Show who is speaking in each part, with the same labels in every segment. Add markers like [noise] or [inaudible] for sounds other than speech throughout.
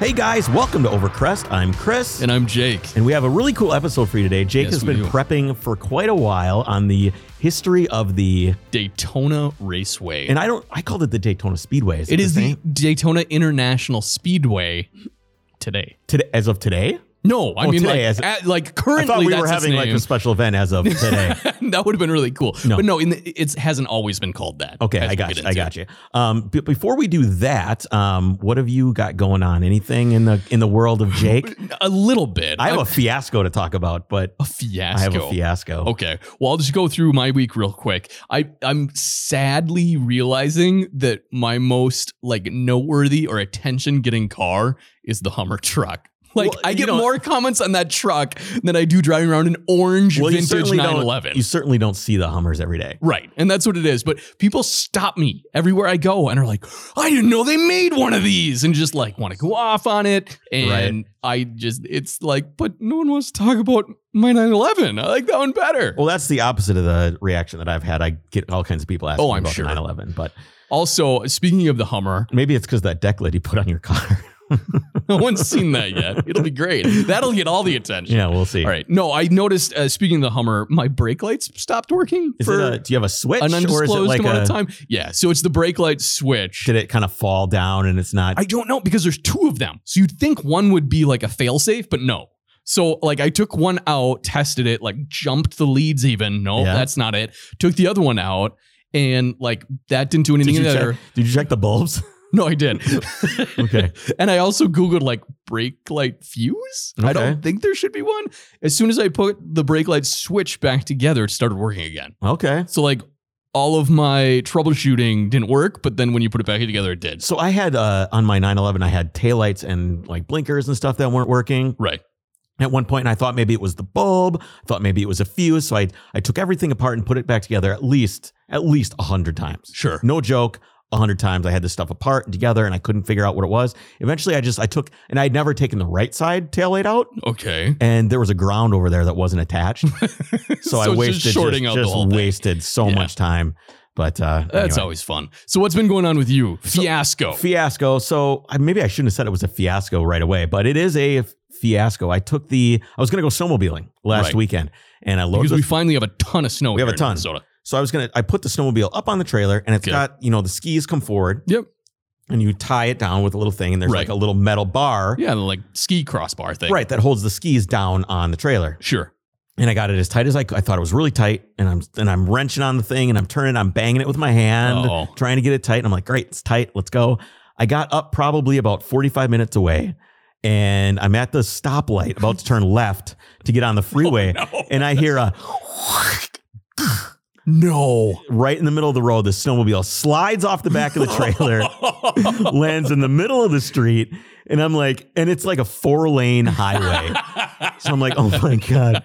Speaker 1: Hey guys, welcome to Overcrest. I'm Chris.
Speaker 2: And I'm Jake.
Speaker 1: And we have a really cool episode for you today. Jake
Speaker 2: Yes,
Speaker 1: has
Speaker 2: we
Speaker 1: been
Speaker 2: do.
Speaker 1: prepping for quite a while on the history of the,
Speaker 2: Daytona Raceway.
Speaker 1: and I don't, I called it the Daytona Speedway.
Speaker 2: it is the
Speaker 1: same?
Speaker 2: Daytona International Speedway today.
Speaker 1: today, as of today.
Speaker 2: No, I
Speaker 1: Oh,
Speaker 2: mean
Speaker 1: today
Speaker 2: like,
Speaker 1: as-
Speaker 2: at- like
Speaker 1: I
Speaker 2: currently
Speaker 1: thought we
Speaker 2: that's
Speaker 1: were
Speaker 2: its
Speaker 1: having like
Speaker 2: name.
Speaker 1: a special event as of
Speaker 2: [laughs]
Speaker 1: today.
Speaker 2: that would have been really cool.
Speaker 1: No.
Speaker 2: But no, in the, it's hasn't always been called that.
Speaker 1: Okay,
Speaker 2: as
Speaker 1: I
Speaker 2: we'll
Speaker 1: got
Speaker 2: get
Speaker 1: you. I
Speaker 2: into.
Speaker 1: got you. Um, but before we do that, um, what have you got going on? Anything in the in the world of
Speaker 2: [laughs]
Speaker 1: Jake?
Speaker 2: A little bit.
Speaker 1: I have a
Speaker 2: I'm-
Speaker 1: fiasco to talk about, but
Speaker 2: a fiasco.
Speaker 1: I have a fiasco.
Speaker 2: Okay. Well, I'll just go through my week real quick. I I'm sadly realizing that my most like noteworthy or attention getting car is the Hummer truck. Like
Speaker 1: Well,
Speaker 2: I
Speaker 1: you
Speaker 2: get
Speaker 1: know-
Speaker 2: more comments on that truck than I do driving around an orange
Speaker 1: Well, you
Speaker 2: vintage
Speaker 1: certainly don't.
Speaker 2: 911.
Speaker 1: You certainly don't see the Hummers every day.
Speaker 2: Right. And that's what it is. But people stop me everywhere I go and are like, I didn't know they made one of these and just like want to go off on it. And I just, it's like, but no one wants to talk about my 911. I like that one better.
Speaker 1: Well, that's the opposite of the reaction that I've had. I get all kinds of people asking
Speaker 2: Oh,
Speaker 1: me
Speaker 2: I'm
Speaker 1: about
Speaker 2: sure.
Speaker 1: 911, but
Speaker 2: Also, speaking of the Hummer, [laughs]
Speaker 1: maybe it's because that deck lid you put on your car. [laughs]
Speaker 2: no one's seen that yet. It'll be great. That'll get all the attention.
Speaker 1: yeah, we'll see.
Speaker 2: All right. No, I noticed, uh, speaking of the Hummer, my brake lights stopped working
Speaker 1: Is
Speaker 2: for
Speaker 1: it a, do you have a switch
Speaker 2: an
Speaker 1: or is it
Speaker 2: undisclosed
Speaker 1: like
Speaker 2: amount
Speaker 1: a,
Speaker 2: of time. Yeah. So it's the brake light switch.
Speaker 1: did it kind of fall down and it's not?
Speaker 2: I don't know because there's two of them. So you'd think one would be like a failsafe, but no. So like I took one out, tested it, like jumped the leads even. No,
Speaker 1: Yeah.
Speaker 2: that's not it. Took the other one out and like that didn't do
Speaker 1: did,
Speaker 2: anything
Speaker 1: you
Speaker 2: either.
Speaker 1: check, did you check the bulbs? [laughs]
Speaker 2: No, I did.
Speaker 1: Okay.
Speaker 2: and I also Googled like brake light fuse. I
Speaker 1: Okay.
Speaker 2: don't think there should be one. As soon as I put the brake light switch back together, it started working again.
Speaker 1: okay.
Speaker 2: So like all of my troubleshooting didn't work, but then when you put it back together, it did.
Speaker 1: So I had uh, on my 911, I had taillights and like blinkers and stuff that weren't working.
Speaker 2: Right.
Speaker 1: At one point, and I thought maybe it was the bulb. I thought maybe it was a fuse. So I I took everything apart and put it back together at least at least a hundred times.
Speaker 2: Sure.
Speaker 1: No joke. A hundred times I had this stuff apart and together, and I couldn't figure out what it was. Eventually, I just I took and I'd never taken the right side taillight out,
Speaker 2: Okay.
Speaker 1: and there was a ground over there that wasn't
Speaker 2: [laughs]
Speaker 1: attached. [laughs] So, I
Speaker 2: it's just
Speaker 1: wasted just,
Speaker 2: shorting out the
Speaker 1: just
Speaker 2: whole thing.
Speaker 1: wasted so
Speaker 2: Yeah.
Speaker 1: much time. But uh,
Speaker 2: That's
Speaker 1: anyway.
Speaker 2: always fun. So what's been going on with you? Fiasco.
Speaker 1: fiasco. So I, maybe I shouldn't have said it was a fiasco right away, but it is a f- fiasco. I took the I was going to go snowmobiling last
Speaker 2: Right.
Speaker 1: weekend, and I loaded.
Speaker 2: because
Speaker 1: The,
Speaker 2: we finally have a ton of snow.
Speaker 1: We have
Speaker 2: here
Speaker 1: a
Speaker 2: in
Speaker 1: ton.
Speaker 2: Minnesota.
Speaker 1: so I was going to I put the snowmobile up on the trailer, and it's
Speaker 2: Okay.
Speaker 1: got you know the skis come forward.
Speaker 2: Yep.
Speaker 1: And you tie it down with a little thing, and there's
Speaker 2: Right.
Speaker 1: like a little metal bar,
Speaker 2: Yeah, the, like ski crossbar thing.
Speaker 1: right, that holds the skis down on the trailer.
Speaker 2: Sure.
Speaker 1: And I got it as tight as I could. I thought it was really tight, and I'm and I'm wrenching on the thing, and I'm turning, I'm banging it with my hand,
Speaker 2: Uh-oh.
Speaker 1: [laughs] trying to get it tight. And I'm like, great, it's tight, let's go. I got up probably about 45 minutes away, and I'm at the stoplight, about to turn left to get
Speaker 2: [laughs]
Speaker 1: on the freeway,
Speaker 2: Oh, No.
Speaker 1: and I hear a [laughs]
Speaker 2: No.
Speaker 1: right in the middle of the road. The snowmobile slides off the back
Speaker 2: [laughs]
Speaker 1: of the trailer, lands in the middle of the street, and I'm like, and it's like a four lane highway. So I'm like, oh my god,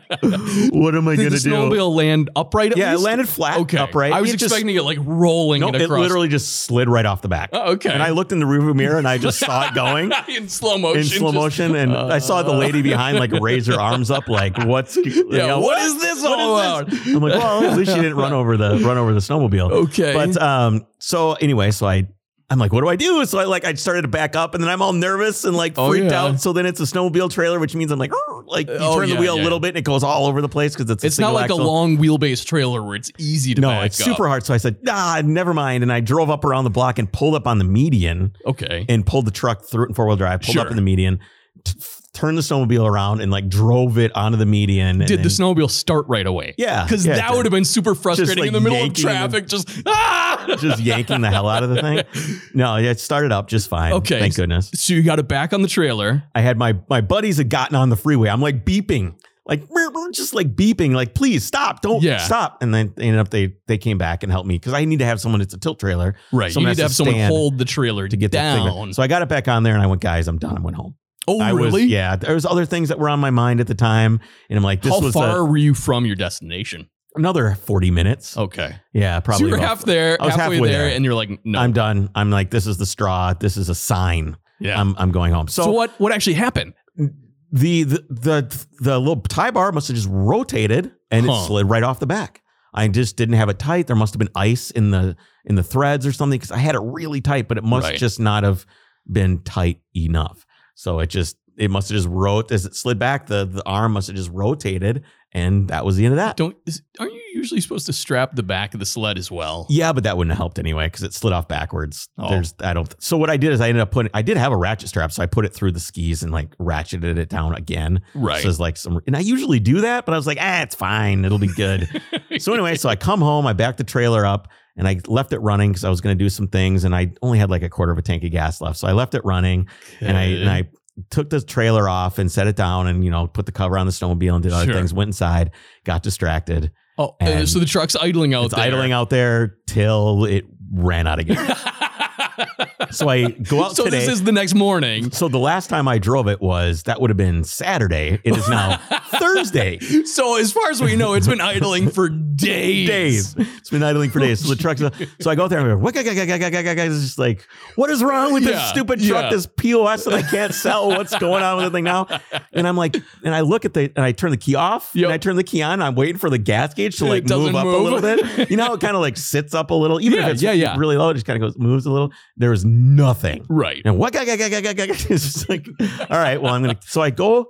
Speaker 1: what am I
Speaker 2: Did
Speaker 1: gonna
Speaker 2: the
Speaker 1: do?
Speaker 2: snowmobile land upright? At
Speaker 1: Yeah,
Speaker 2: least?
Speaker 1: it landed flat,
Speaker 2: Okay.
Speaker 1: upright.
Speaker 2: I was
Speaker 1: It just-
Speaker 2: expecting it like rolling
Speaker 1: No,
Speaker 2: it
Speaker 1: it
Speaker 2: across.
Speaker 1: literally just slid right off the back.
Speaker 2: Oh, okay. [laughs]
Speaker 1: And I looked in the rearview mirror and I just saw it going
Speaker 2: in slow motion.
Speaker 1: in slow
Speaker 2: just- uh.
Speaker 1: motion. And I saw the lady behind like raise her arms up, like, "What's you
Speaker 2: Yeah,
Speaker 1: know,
Speaker 2: what is this
Speaker 1: what
Speaker 2: all
Speaker 1: is
Speaker 2: about?
Speaker 1: this?" I'm like, "Well, at least she didn't run over the run over the snowmobile."
Speaker 2: Okay.
Speaker 1: But um, so anyway, so I. I'm like, what do I do? So I like, I started to back up, and then I'm all nervous and like
Speaker 2: Oh,
Speaker 1: freaked
Speaker 2: yeah.
Speaker 1: out. So then it's a snowmobile trailer, which means I'm like, "Arr," like you
Speaker 2: Oh,
Speaker 1: turn the
Speaker 2: yeah,
Speaker 1: wheel a
Speaker 2: yeah.
Speaker 1: little bit, and it goes all over the place because it's a
Speaker 2: it's not
Speaker 1: single
Speaker 2: like a
Speaker 1: axle.
Speaker 2: long wheelbase trailer where it's easy to
Speaker 1: no,
Speaker 2: back
Speaker 1: it's
Speaker 2: up.
Speaker 1: super hard. So I said, ah, never mind. And I drove up around the block and pulled up on the median
Speaker 2: Okay.
Speaker 1: and pulled the truck through it in four wheel drive, pulled up
Speaker 2: Sure.
Speaker 1: in the median, t- f- turned the snowmobile around and like drove it onto the median. and
Speaker 2: Did
Speaker 1: then-
Speaker 2: the snowmobile start right away?
Speaker 1: Yeah,
Speaker 2: Because
Speaker 1: yeah, it
Speaker 2: that
Speaker 1: did.
Speaker 2: would have been super frustrating
Speaker 1: like,
Speaker 2: in the middle of
Speaker 1: yanking and then-
Speaker 2: traffic. Just ah.
Speaker 1: just yanking the hell out of the thing?
Speaker 2: [laughs]
Speaker 1: No, yeah, it started up just fine.
Speaker 2: Okay.
Speaker 1: Thank goodness.
Speaker 2: So you got it back on the trailer.
Speaker 1: I had my my buddies had gotten on the freeway. I'm like beeping. Like "Brr, brr," just like beeping, like please stop, don't
Speaker 2: Yeah.
Speaker 1: stop. And then they ended up they they came back and helped me because I need to have someone. It's a tilt trailer,
Speaker 2: Right.
Speaker 1: Someone has to
Speaker 2: you need to have someone
Speaker 1: stand
Speaker 2: hold the trailer
Speaker 1: to get that thing
Speaker 2: down.
Speaker 1: back. So I got it back on there and I went, guys, I'm done. I went home.
Speaker 2: oh,
Speaker 1: I
Speaker 2: really?
Speaker 1: was yeah. There was other things that were on my mind at the time, and I'm like, this
Speaker 2: How
Speaker 1: was a-
Speaker 2: far were you from your destination?
Speaker 1: another 40 minutes.
Speaker 2: Okay.
Speaker 1: Yeah,
Speaker 2: so
Speaker 1: probably.
Speaker 2: you were
Speaker 1: about-
Speaker 2: half there,
Speaker 1: I was
Speaker 2: halfway,
Speaker 1: halfway
Speaker 2: there,
Speaker 1: there.
Speaker 2: and you're like, no.
Speaker 1: I'm done. I'm like, this is the straw. This is a sign.
Speaker 2: yeah.
Speaker 1: I'm I'm going home.
Speaker 2: so,
Speaker 1: So,
Speaker 2: what what actually happened?
Speaker 1: the, the the the little tie bar must have just rotated and it
Speaker 2: Huh.
Speaker 1: slid right off the back. I just didn't have it tight. There must have been ice in the in the threads or something because I had it really tight, but it must
Speaker 2: Right.
Speaker 1: just not have been tight enough. So it just it must have just rot as it slid back. The the arm must have just rotated, and that was the end of that.
Speaker 2: Don't is, aren't you usually supposed to strap the back of the sled as well?
Speaker 1: Yeah, but that wouldn't have helped anyway because it slid off backwards.
Speaker 2: Oh.
Speaker 1: There's I don't. So what I did is I ended up putting I did have a ratchet strap, so I put it through the skis and like ratcheted it down again.
Speaker 2: Right.
Speaker 1: So it's like some, and I usually do that, but I was like, ah, it's fine, it'll be good.
Speaker 2: [laughs]
Speaker 1: so anyway, so I come home, I back the trailer up, and I left it running because I was going to do some things, and I only had like a quarter of a tank of gas left, so I left it running, and I and I took the trailer off and set it down, and you know put the cover on the snowmobile and did other
Speaker 2: Sure.
Speaker 1: things. Went inside, got distracted.
Speaker 2: oh, uh,
Speaker 1: and-
Speaker 2: so the truck's idling out
Speaker 1: it's
Speaker 2: Oh, there. [laughs]
Speaker 1: idling out there till it ran out of gas. so I go out
Speaker 2: so
Speaker 1: today.
Speaker 2: this is the next morning.
Speaker 1: so the last time I drove it was that would have been Saturday. It is now
Speaker 2: [laughs]
Speaker 1: Thursday.
Speaker 2: So as far as we know, it's been idling for days.
Speaker 1: days. It's been idling for days. So the truck's so I go out there and I'm like, what? It's just like, what is wrong with this
Speaker 2: Yeah,
Speaker 1: stupid truck?
Speaker 2: yeah.
Speaker 1: This POS that I can't sell. What's going on with the thing now? And I'm like, and I look at the and I turn the key off
Speaker 2: Yep.
Speaker 1: and I turn the key on. I'm waiting for the gas gauge to
Speaker 2: It
Speaker 1: like
Speaker 2: doesn't
Speaker 1: move up a
Speaker 2: move.
Speaker 1: little bit. You know, how it kind of like sits up a little, even
Speaker 2: Yeah,
Speaker 1: if it's
Speaker 2: yeah, yeah.
Speaker 1: really low. It just kind of goes moves a little. There was nothing.
Speaker 2: Right.
Speaker 1: And what? [laughs] It's just like, all right. Well, I'm gonna. So I go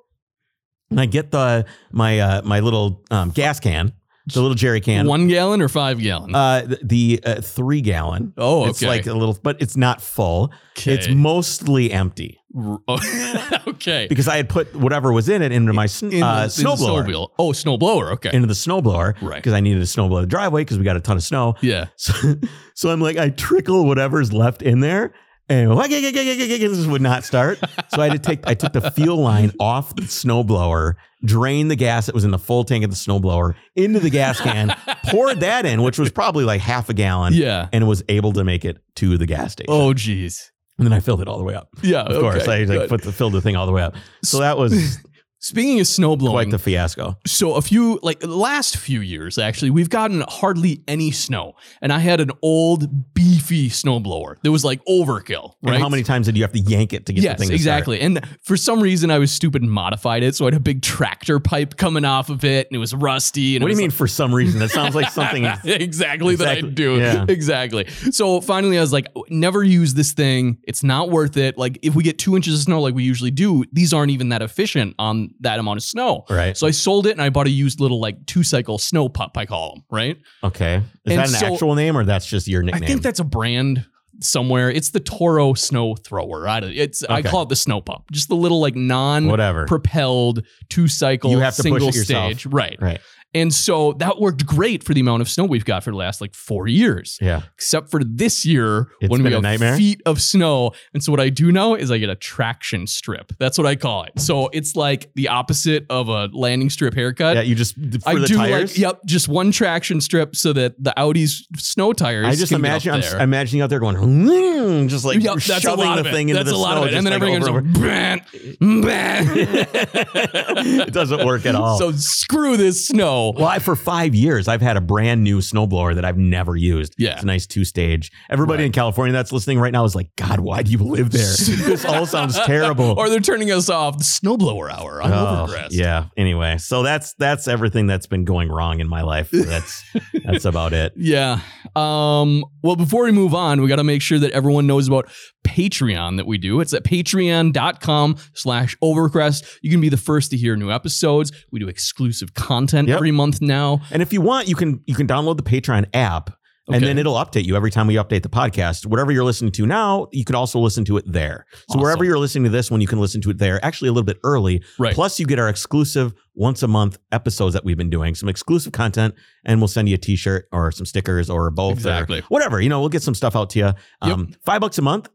Speaker 1: and I get the my uh, my little um, gas can, the little jerry can.
Speaker 2: One gallon or five gallon?
Speaker 1: Uh, th- the uh, three gallon.
Speaker 2: oh, okay.
Speaker 1: It's like a little, but it's not full.
Speaker 2: okay.
Speaker 1: It's mostly empty
Speaker 2: R- [laughs] oh, okay.
Speaker 1: because I had put whatever was in it into my sn-
Speaker 2: In
Speaker 1: uh,
Speaker 2: the- in the
Speaker 1: snowblower,
Speaker 2: snowmobile. Oh, snowblower. Okay.
Speaker 1: into the snowblower
Speaker 2: right.
Speaker 1: because I needed a snowblower the driveway because we got a ton of snow. [laughs]
Speaker 2: Yeah.
Speaker 1: So, so I'm like, I trickle whatever's left in there. And this would not start. So I had to take, I took the fuel line off the snowblower, drained the gas that was in the full tank of the snowblower into the gas can, poured that in, which was probably like half a gallon.
Speaker 2: [laughs] Yeah.
Speaker 1: and was able to make it to the gas station.
Speaker 2: Oh, geez.
Speaker 1: and then I filled it all the way up.
Speaker 2: Yeah.
Speaker 1: Of course, I like, put the, filled the thing all the way up. So that
Speaker 2: [laughs]
Speaker 1: was
Speaker 2: Speaking of snowblowing,
Speaker 1: quite the fiasco.
Speaker 2: so a few like the last few years actually we've gotten hardly any snow and i had an old beefy snowblower that was like overkill
Speaker 1: And
Speaker 2: right
Speaker 1: how many times did you have to yank it to get
Speaker 2: yes
Speaker 1: the thing? To
Speaker 2: exactly and for some reason i was stupid and modified it so i had a big tractor pipe coming off of it and it was rusty and
Speaker 1: Start? What
Speaker 2: it
Speaker 1: do you
Speaker 2: was
Speaker 1: mean? For some reason, that sounds like something.
Speaker 2: [laughs] exactly that I
Speaker 1: Exactly.
Speaker 2: do.
Speaker 1: Yeah.
Speaker 2: Exactly. So finally, I was like, never use this thing. It's not worth it. Like, if we get two inches of snow, like we usually do, these aren't even that efficient on that amount of snow.
Speaker 1: [laughs] Right.
Speaker 2: So I sold it and I bought a used little like two cycle snow pup, I call them, right?
Speaker 1: Okay. Is
Speaker 2: And
Speaker 1: that an
Speaker 2: so-
Speaker 1: actual name or that's just your nickname?
Speaker 2: I think that's a brand somewhere. It's the Toro snow thrower. I don't, it's I
Speaker 1: Okay.
Speaker 2: call it the snow pup. Just the little like non
Speaker 1: whatever.
Speaker 2: propelled two cycle
Speaker 1: You have to push
Speaker 2: single
Speaker 1: it yourself.
Speaker 2: stage. Right.
Speaker 1: Right.
Speaker 2: And so that worked great for the amount of snow we've got for the last like four years.
Speaker 1: yeah.
Speaker 2: except for this year
Speaker 1: It's
Speaker 2: when we
Speaker 1: been a
Speaker 2: have
Speaker 1: nightmare?
Speaker 2: feet of snow. And so what I do now is I get a traction strip. That's what I call it. So it's like the opposite of a landing strip haircut.
Speaker 1: Yeah. You just for
Speaker 2: Uh, I
Speaker 1: the
Speaker 2: do
Speaker 1: tires.
Speaker 2: like yep, just one traction strip so that the Audi's snow tires.
Speaker 1: I just
Speaker 2: can get
Speaker 1: imagine
Speaker 2: up
Speaker 1: I'm
Speaker 2: there.
Speaker 1: s- imagining out there going, "Mm," just like
Speaker 2: Yep, that's a
Speaker 1: shoving
Speaker 2: lot
Speaker 1: the
Speaker 2: of it.
Speaker 1: thing into
Speaker 2: that's
Speaker 1: the
Speaker 2: a lot
Speaker 1: snow,
Speaker 2: of it. And then
Speaker 1: just, like,
Speaker 2: everyone
Speaker 1: over
Speaker 2: [laughs]
Speaker 1: [laughs]
Speaker 2: goes, "Bran,
Speaker 1: and over.
Speaker 2: bran."
Speaker 1: it doesn't work at all.
Speaker 2: So screw this snow.
Speaker 1: Well, I, for five years, I've had a brand new snowblower that I've never used.
Speaker 2: Yeah.
Speaker 1: It's a nice two stage. Everybody
Speaker 2: Right.
Speaker 1: in California that's listening right now is like, God, why do you live
Speaker 2: [laughs]
Speaker 1: there? this all sounds terrible.
Speaker 2: Or they're turning us off. The snowblower hour on
Speaker 1: Oh,
Speaker 2: Overcrest.
Speaker 1: yeah. Anyway, so that's that's everything that's been going wrong in my life.
Speaker 2: [laughs]
Speaker 1: That's that's about it.
Speaker 2: Yeah. Um, well, before we move on, we got to make sure that everyone knows about Patreon that we do. It's at patreon.com slash overcrest. You can be the first to hear new episodes. We do exclusive content
Speaker 1: Yep.
Speaker 2: every month now.
Speaker 1: [laughs] And if you want, you can you can download the Patreon app. And
Speaker 2: Okay.
Speaker 1: then it'll update you every time we update the podcast. Whatever you're listening to now, you can also listen to it there. So wherever
Speaker 2: Awesome.
Speaker 1: you're listening to this one, you can listen to it there. Actually, a little bit early.
Speaker 2: Right.
Speaker 1: Plus, you get our exclusive once a month episodes that we've been doing, some exclusive content, and we'll send you a T-shirt or some stickers or both. or
Speaker 2: Exactly.
Speaker 1: whatever. You know, we'll get some stuff out to you. Um, Five bucks a month.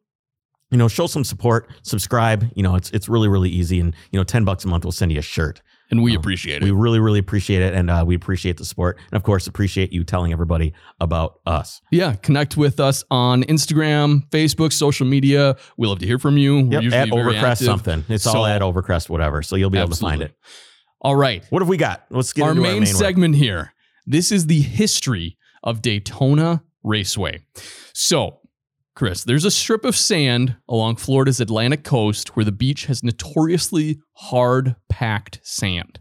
Speaker 1: You know, show some support, subscribe. You know, it's it's really really easy, and you know, ten bucks a month will send you a shirt.
Speaker 2: And we
Speaker 1: Oh,
Speaker 2: appreciate
Speaker 1: We
Speaker 2: it.
Speaker 1: really, really appreciate it. And uh, we appreciate the support. And of course, appreciate you telling everybody about us.
Speaker 2: yeah. Connect with us on Instagram, Facebook, social media. We love to hear from you. We're
Speaker 1: Yep.
Speaker 2: usually
Speaker 1: At
Speaker 2: very
Speaker 1: Overcrest
Speaker 2: active.
Speaker 1: something. It's all
Speaker 2: So-
Speaker 1: at Overcrest, whatever. So you'll be able to find
Speaker 2: Absolutely.
Speaker 1: it.
Speaker 2: All right.
Speaker 1: What have we got? Let's get
Speaker 2: our
Speaker 1: into
Speaker 2: main,
Speaker 1: our main one.
Speaker 2: segment here. This is the history of Daytona Raceway. So, Chris, there's a strip of sand along Florida's Atlantic coast where the beach has notoriously hard packed sand.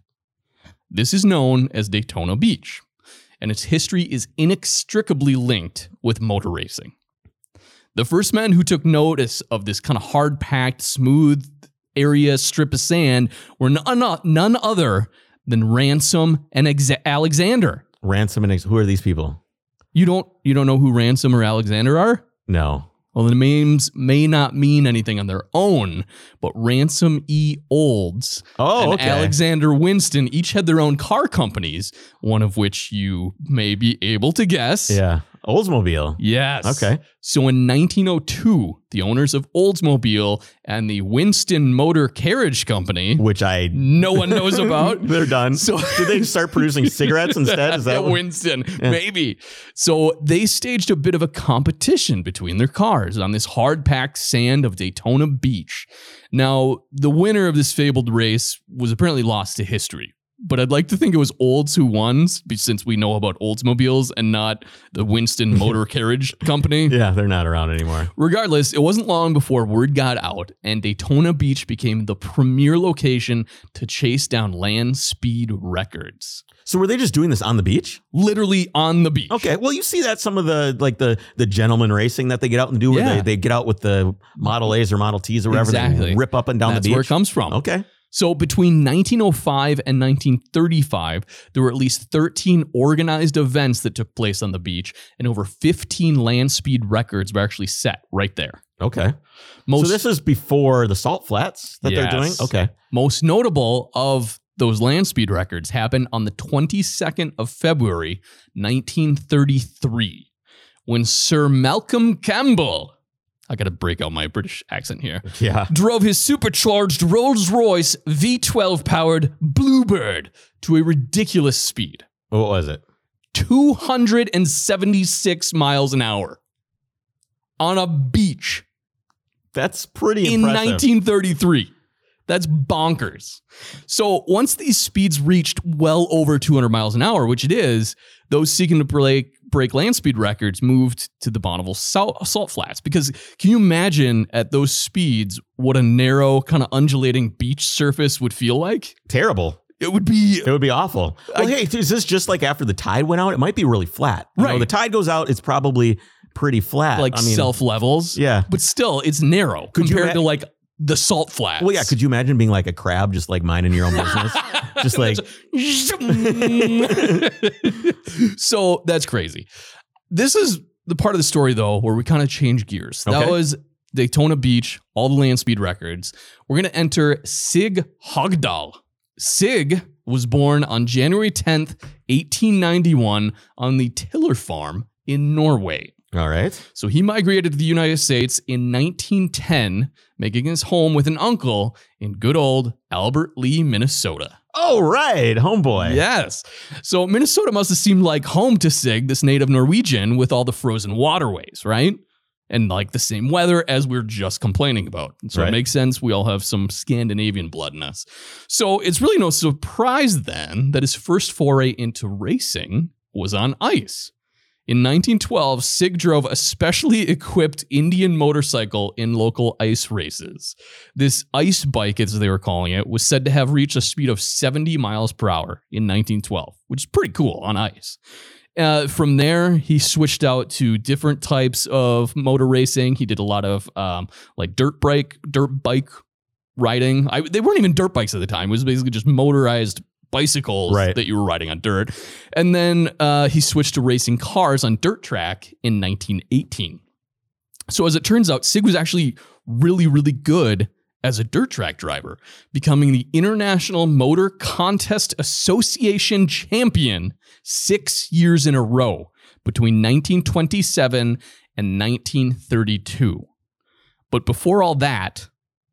Speaker 2: This is known as Daytona Beach, and its history is inextricably linked with motor racing. The first men who took notice of this kind of hard packed, smooth area strip of sand were none, none other than Ransom and Ex- Alexander.
Speaker 1: Ransom and ex- who are these people?
Speaker 2: You don't you don't know who Ransom or Alexander are?
Speaker 1: No.
Speaker 2: Well, the names may not mean anything on their own, but Ransom E. Olds
Speaker 1: Oh,
Speaker 2: and
Speaker 1: okay.
Speaker 2: Alexander Winston each had their own car companies, one of which you may be able to guess.
Speaker 1: yeah, Oldsmobile.
Speaker 2: Yes.
Speaker 1: Okay.
Speaker 2: So in 1902, the owners of Oldsmobile and the Winston Motor Carriage Company,
Speaker 1: Which I
Speaker 2: no one knows
Speaker 1: [laughs]
Speaker 2: about.
Speaker 1: They're done.
Speaker 2: So-
Speaker 1: Did they start
Speaker 2: [laughs]
Speaker 1: producing cigarettes instead? Is
Speaker 2: Yeah,
Speaker 1: that what-
Speaker 2: Winston? Maybe. So they staged a bit of a competition between their cars on this hard packed sand of Daytona Beach. Now, the winner of this fabled race was apparently lost to history. But I'd like to think it was Olds who won, be- since we know about Oldsmobiles and not
Speaker 1: [laughs]
Speaker 2: the Winston Motor Carriage Company.
Speaker 1: Yeah, they're not around anymore.
Speaker 2: Regardless, it wasn't long before word got out, and Daytona Beach became the premier location to chase down land speed records.
Speaker 1: So were they just doing this on the beach?
Speaker 2: Literally on the beach.
Speaker 1: Okay. Well, you see that some of the like the the gentleman racing that they get out and do where
Speaker 2: Yeah.
Speaker 1: they, they get out with the Model A's or Model T's or whatever, they
Speaker 2: Exactly.
Speaker 1: rip up and down
Speaker 2: That's
Speaker 1: the
Speaker 2: where it
Speaker 1: beach.
Speaker 2: comes from.
Speaker 1: Okay.
Speaker 2: So between 1905 and 1935, there were at least 13 organized events that took place on the beach, and over 15 land speed records were actually set right there.
Speaker 1: Okay.
Speaker 2: Most
Speaker 1: so this is before the salt flats that they're doing.
Speaker 2: Yes.
Speaker 1: Okay.
Speaker 2: most notable of those land speed records happened on the 22nd of February 1933 when Sir Malcolm Campbell I got to break out my British accent here
Speaker 1: Yeah.
Speaker 2: drove his supercharged Rolls Royce V12 powered Bluebird to a ridiculous speed
Speaker 1: What was it?
Speaker 2: 276 miles an hour on a beach
Speaker 1: That's pretty
Speaker 2: in
Speaker 1: impressive.
Speaker 2: 1933. That's bonkers. So once these speeds reached well over 200 miles an hour, which it is, those seeking to break, break land speed records moved to the Bonneville salt, salt flats. Because can you imagine at those speeds what a narrow, kind of undulating beach surface would feel like?
Speaker 1: Terrible.
Speaker 2: It would be
Speaker 1: It would be awful. Well,
Speaker 2: I-
Speaker 1: hey, is this just like after the tide went out? It might be really flat. You know,
Speaker 2: Right.
Speaker 1: the tide goes out, it's probably pretty flat.
Speaker 2: like
Speaker 1: I mean,
Speaker 2: self levels,
Speaker 1: Yeah.
Speaker 2: but still, it's narrow
Speaker 1: Could you
Speaker 2: compared
Speaker 1: ma-
Speaker 2: to like the salt flats.
Speaker 1: Well, yeah. Could you imagine being like a crab, just like minding your own
Speaker 2: [laughs]
Speaker 1: business? Just like-
Speaker 2: so that's crazy. This is the part of the story though where we kind of change gears. That
Speaker 1: Okay.
Speaker 2: was Daytona Beach, all the land speed records. We're gonna enter Sig Hogdahl. Sig was born on January 10th, 1891, on the Tiller farm in Norway.
Speaker 1: All right.
Speaker 2: So he migrated to the United States in 1910, making his home with an uncle in good old Albert Lee, Minnesota.
Speaker 1: All right, homeboy.
Speaker 2: Yes. So Minnesota must have seemed like home to Sig, this native Norwegian, with all the frozen waterways, right? And like the same weather as we are just complaining about. So it
Speaker 1: Right.
Speaker 2: makes sense. We all have some Scandinavian blood in us. So it's really no surprise then that his first foray into racing was on ice. In 1912, Sig drove a specially equipped Indian motorcycle in local ice races. This ice bike, as they were calling it, was said to have reached a speed of 70 miles per hour in 1912, which is pretty cool on ice. Uh, from there, he switched out to different types of motor racing. He did a lot of um, like dirt bike, dirt bike riding. I, they weren't even dirt bikes at the time. It was basically just motorized bicycles
Speaker 1: Right.
Speaker 2: that you were riding on dirt. And then uh, he switched to racing cars on dirt track in 1918. So as it turns out, Sig was actually really, really good as a dirt track driver, becoming the International Motor Contest Association champion six years in a row between 1927 and 1932. But before all that,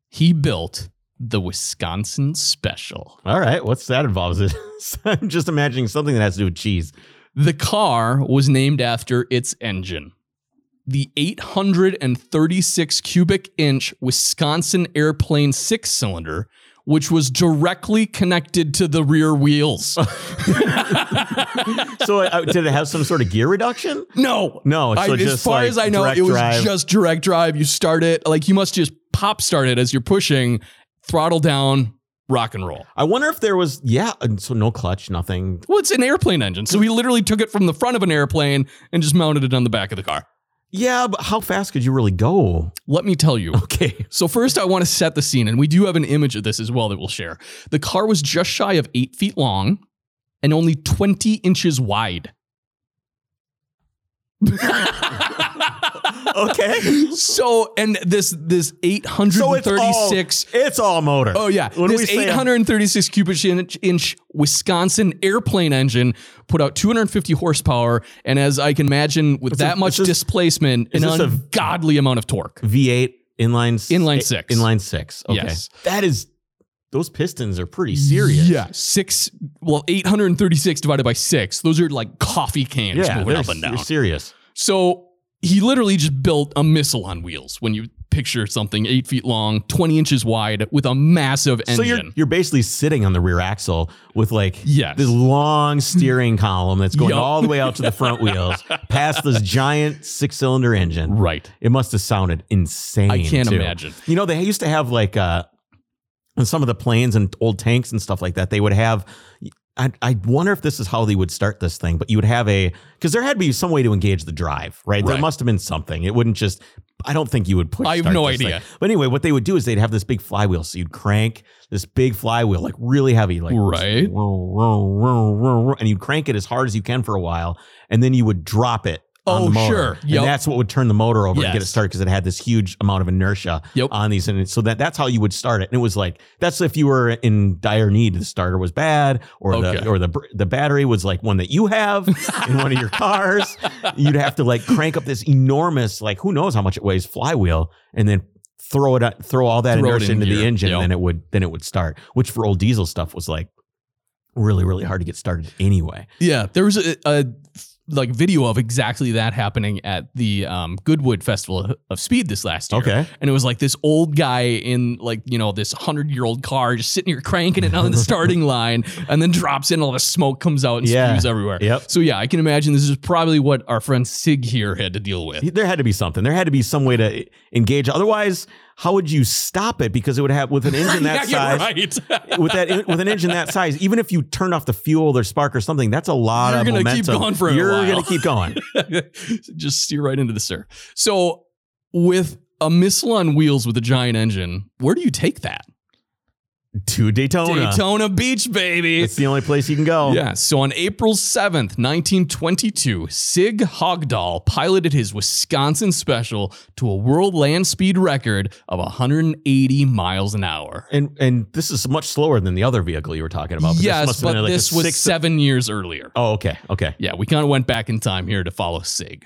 Speaker 2: he built the Wisconsin Special.
Speaker 1: All right. What's that involves? [laughs] It. I'm just imagining something that has to do with cheese.
Speaker 2: The car was named after its engine. The 836 cubic inch Wisconsin airplane six cylinder, which was directly connected to the rear wheels. [laughs]
Speaker 1: So, uh, did it have some sort of gear reduction?
Speaker 2: no.
Speaker 1: No.
Speaker 2: I,
Speaker 1: So just
Speaker 2: as far
Speaker 1: like
Speaker 2: as I know,
Speaker 1: direct
Speaker 2: it was
Speaker 1: drive.
Speaker 2: just direct drive. You start it, like you must just pop start it as you're pushing, throttle down, rock and roll.
Speaker 1: I wonder if there was. Yeah. and So no clutch, nothing.
Speaker 2: Well, it's an airplane engine. So he literally took it from the front of an airplane and just mounted it on the back of the car.
Speaker 1: Yeah, but how fast could you really go? [laughs]
Speaker 2: Let me tell you.
Speaker 1: Okay.
Speaker 2: So, first, I want to set the scene, and we do have an image of this as well that we'll share. The car was just shy of eight feet long and only 20
Speaker 1: [laughs]
Speaker 2: inches wide. [laughs]
Speaker 1: Okay.
Speaker 2: so, and this this 836
Speaker 1: it's all motor.
Speaker 2: Oh yeah,
Speaker 1: When we
Speaker 2: this
Speaker 1: say-
Speaker 2: 836 cubic inch, inch Wisconsin airplane engine put out 250 horsepower, and as I can imagine, with
Speaker 1: a-
Speaker 2: that much
Speaker 1: is this-
Speaker 2: displacement, an
Speaker 1: this a-
Speaker 2: ungodly amount of torque.
Speaker 1: V8 inline s-
Speaker 2: Inline
Speaker 1: eh,
Speaker 2: six.
Speaker 1: Inline 6. Okay.
Speaker 2: Yes.
Speaker 1: That is those pistons are pretty serious.
Speaker 2: Yeah, six. Well, 836 divided by six. Those are like coffee cans
Speaker 1: Yeah,
Speaker 2: moving
Speaker 1: they're
Speaker 2: up and down.
Speaker 1: they're serious.
Speaker 2: So he literally just built a missile on wheels. When you picture something eight feet long, 20 inches wide, with a massive engine.
Speaker 1: So you're you're basically sitting on the rear axle with like
Speaker 2: Yes.
Speaker 1: this long steering column that's going
Speaker 2: Yup.
Speaker 1: all the way out to the
Speaker 2: [laughs]
Speaker 1: front wheels, past this giant six cylinder engine.
Speaker 2: right.
Speaker 1: It must have sounded insane.
Speaker 2: I can't
Speaker 1: too.
Speaker 2: imagine.
Speaker 1: You know, they used to have like uh, on some of the planes and old tanks and stuff like that. They would have. I, I wonder if this is how they would start this thing, but you would have a because there had to be some way to engage the drive, right? There
Speaker 2: Right.
Speaker 1: must have been something. It wouldn't just. I don't think you would push.
Speaker 2: I have
Speaker 1: start
Speaker 2: no
Speaker 1: this thing.
Speaker 2: idea.
Speaker 1: But anyway, what they would do is they'd have this big flywheel, so you'd crank this big flywheel like really heavy, like
Speaker 2: Right.
Speaker 1: whoa, whoa, whoa, whoa, whoa, and you'd crank it as hard as you can for a while, and then you would drop it. on
Speaker 2: Oh,
Speaker 1: the motor.
Speaker 2: sure.
Speaker 1: And
Speaker 2: Yup.
Speaker 1: that's what would turn the motor over and get it
Speaker 2: Yes.
Speaker 1: started because it had this huge amount of inertia
Speaker 2: Yep.
Speaker 1: on these, and it- so that that's how you would start it. And it was like that's if you were in dire need, the starter was bad, or
Speaker 2: Okay.
Speaker 1: the or the br- the battery was like one that you
Speaker 2: [laughs]
Speaker 1: have in one of your cars. You'd have to like crank up this enormous, like who knows how much it weighs, flywheel, and then throw it out- throw all that
Speaker 2: Throw it
Speaker 1: inertia
Speaker 2: in
Speaker 1: into the
Speaker 2: gear.
Speaker 1: engine,
Speaker 2: Yep.
Speaker 1: then it would then it would start. Which for old diesel stuff was like really really hard to get started anyway.
Speaker 2: Yeah, there was a, a like video of exactly that happening at the um, Goodwood Festival of Speed this last year. And it was like this old guy in like, you know, this 100-year-old car just sitting here cranking
Speaker 1: [laughs]
Speaker 2: it on the starting line and then drops in all the smoke comes out and
Speaker 1: Yeah.
Speaker 2: spews everywhere.
Speaker 1: Yep.
Speaker 2: So yeah, I can imagine this is probably what our friend Sig here had to deal with.
Speaker 1: There had to be something. There had to be some way to engage. Otherwise, how would you stop it? Because it would have with
Speaker 2: [laughs]
Speaker 1: an engine that
Speaker 2: yeah,
Speaker 1: size.
Speaker 2: you're right.
Speaker 1: with that with an engine that size, even if you turn off the fuel or spark or something, that's a lot
Speaker 2: You're
Speaker 1: of
Speaker 2: gonna keep
Speaker 1: momentum.
Speaker 2: going for a
Speaker 1: You're
Speaker 2: while.
Speaker 1: gonna keep
Speaker 2: [laughs]
Speaker 1: going.
Speaker 2: just steer right [laughs] into the sir. So with a missile on wheels with a giant engine, where do you take that?
Speaker 1: to Daytona.
Speaker 2: Daytona Beach, baby.
Speaker 1: It's the only place you can go.
Speaker 2: Yeah. So on April 7th, 1922, Sig Hogdahl piloted his Wisconsin special to a world land speed record of 180 miles an hour.
Speaker 1: And and this is much slower than the other vehicle you were talking about. this
Speaker 2: yes,
Speaker 1: must have
Speaker 2: but
Speaker 1: been like a
Speaker 2: this was
Speaker 1: six-
Speaker 2: seven years earlier.
Speaker 1: Oh, okay, okay.
Speaker 2: Yeah, we kind of went back in time here to follow Sig.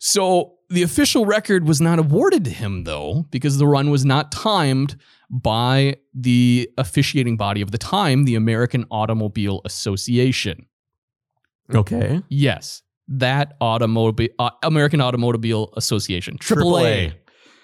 Speaker 2: So the official record was not awarded to him, though, because the run was not timed by the officiating body of the time, the American Automobile Association.
Speaker 1: Okay.
Speaker 2: Yes, that automobile uh, American Automobile Association AAA.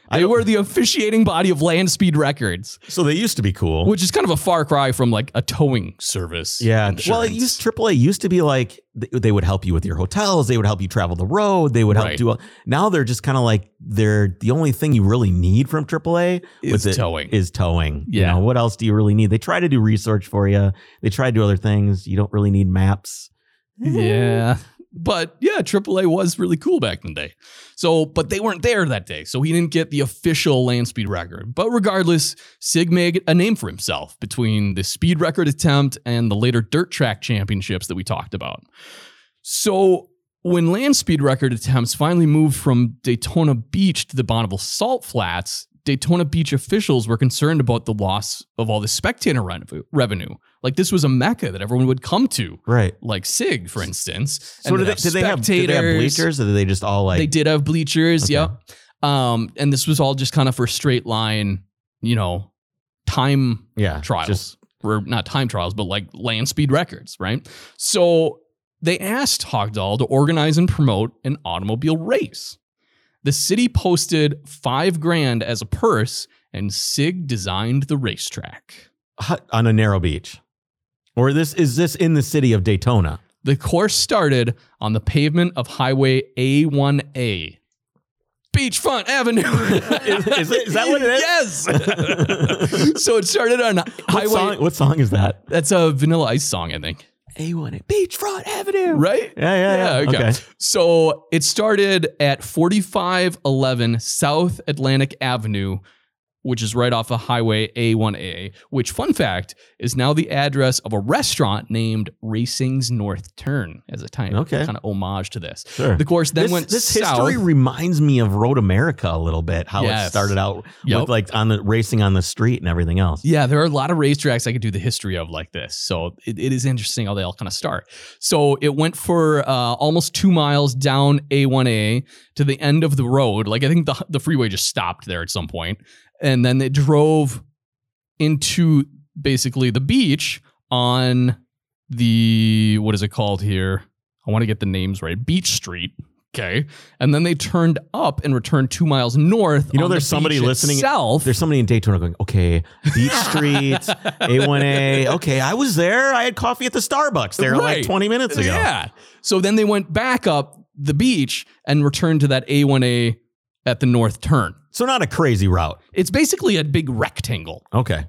Speaker 1: I
Speaker 2: They
Speaker 1: don't-
Speaker 2: were the officiating body of land speed records,
Speaker 1: So they used to be cool.
Speaker 2: which is kind of a far cry from like a towing service.
Speaker 1: yeah. Well, it
Speaker 2: insurance.
Speaker 1: used AAA used to be like th- they would help you with your hotels, they would help you travel the road, they would help
Speaker 2: Right.
Speaker 1: do. All, now they're just kind of like they're the only thing you really need from AAA
Speaker 2: is
Speaker 1: with it.
Speaker 2: towing.
Speaker 1: is towing.
Speaker 2: Yeah.
Speaker 1: You know, what else do you really need? They try to do research for you. They try to do other things. You don't really need maps.
Speaker 2: yeah. [laughs] But yeah, AAA was really cool back in the day. So, but they weren't there that day. So he didn't get the official land speed record. But regardless, Sig made a name for himself between the speed record attempt and the later dirt track championships that we talked about. So when land speed record attempts finally moved from Daytona Beach to the Bonneville Salt Flats, Daytona Beach officials were concerned about the loss of all the spectator rev- revenue. Like this was a mecca that everyone would come to
Speaker 1: Right.
Speaker 2: like Sig, for instance.
Speaker 1: So
Speaker 2: and
Speaker 1: did they,
Speaker 2: they'd
Speaker 1: did, they have, did they have
Speaker 2: spectators.
Speaker 1: bleachers or did they just all like
Speaker 2: they did have bleachers.
Speaker 1: Okay.
Speaker 2: Yep. Um, and this was all just kind of for straight line, you know, time
Speaker 1: yeah,
Speaker 2: trials,
Speaker 1: Just,
Speaker 2: or not time trials, but like land speed records, right? So they asked Hogdahl to organize and promote an automobile race. The city posted five grand as a purse, and Sig designed the racetrack.
Speaker 1: hut on a narrow beach. Or this is this in the city of Daytona? [laughs]
Speaker 2: The course started on the pavement of Highway A1A. Beachfront Avenue.
Speaker 1: [laughs] Is- is it- is that what it
Speaker 2: is? Yes. so it started on
Speaker 1: What
Speaker 2: Highway.
Speaker 1: song, what song is that?
Speaker 2: That's a Vanilla Ice song, I think.
Speaker 1: A1A, Beachfront Avenue.
Speaker 2: right?
Speaker 1: Yeah, yeah, yeah.
Speaker 2: Yeah, okay. So it started at 4511 South Atlantic Avenue, which is right off of Highway A1A, which, fun fact, is now the address of a restaurant named Racing's North Turn as a kind,
Speaker 1: Okay.
Speaker 2: kind of homage to this.
Speaker 1: Sure.
Speaker 2: The course then
Speaker 1: this,
Speaker 2: went
Speaker 1: this
Speaker 2: south.
Speaker 1: history reminds me of Road America a little bit, how it
Speaker 2: Yes.
Speaker 1: started out
Speaker 2: Yep.
Speaker 1: with like on the racing on the street and everything else.
Speaker 2: Yeah, there are a lot of racetracks I could do the history of like this. So it, it is interesting how they all kind of start. So it went for uh, almost two miles down A1A to the end of the road. Like I think the, the freeway just stopped there at some point. And then they drove into basically the beach on the, what is it called here? I want to get the names right. Beach Street. Okay. And then they turned up and returned two miles north.
Speaker 1: You know
Speaker 2: on the
Speaker 1: there's somebody
Speaker 2: beach
Speaker 1: listening-
Speaker 2: Itself.
Speaker 1: There's somebody in Daytona going, okay,
Speaker 2: [laughs]
Speaker 1: Beach Street, A1A. Okay, I was there. I had coffee at the Starbucks there
Speaker 2: Right.
Speaker 1: like 20 minutes ago.
Speaker 2: Yeah. So then they went back up the beach and returned to that A1A at the north turn.
Speaker 1: So not a crazy route.
Speaker 2: It's basically a big rectangle.
Speaker 1: Okay.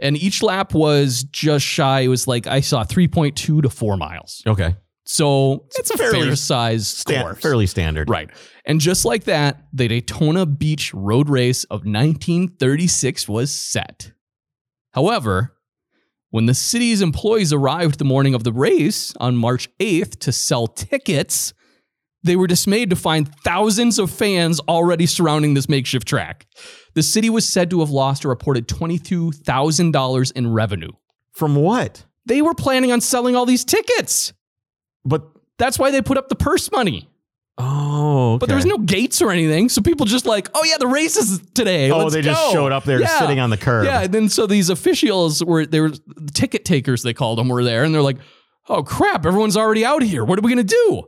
Speaker 2: And each lap was just shy. It was like I saw 3.2 to 4 miles.
Speaker 1: Okay.
Speaker 2: So it's, a
Speaker 1: fairly
Speaker 2: fair size
Speaker 1: Stan-
Speaker 2: course.
Speaker 1: fairly standard.
Speaker 2: Right. And just like that, the Daytona Beach Road Race of 1936 was set. However, when the city's employees arrived the morning of the race on March 8th to sell tickets, they were dismayed to find thousands of fans already surrounding this makeshift track. The city was said to have lost a reported $22,000 in revenue.
Speaker 1: From what?
Speaker 2: They were planning on selling all these tickets.
Speaker 1: But
Speaker 2: That's why they put up the purse money.
Speaker 1: oh, okay.
Speaker 2: But there was no gates or anything, so people just like, oh yeah, the race is today.
Speaker 1: Oh,
Speaker 2: Let's
Speaker 1: they just
Speaker 2: go."
Speaker 1: showed up there
Speaker 2: Yeah.
Speaker 1: sitting on the curb.
Speaker 2: Yeah, and then so these officials were they were the ticket takers they called them were there, and they're like, oh crap, everyone's already out here. What are we
Speaker 1: [laughs]
Speaker 2: gonna do?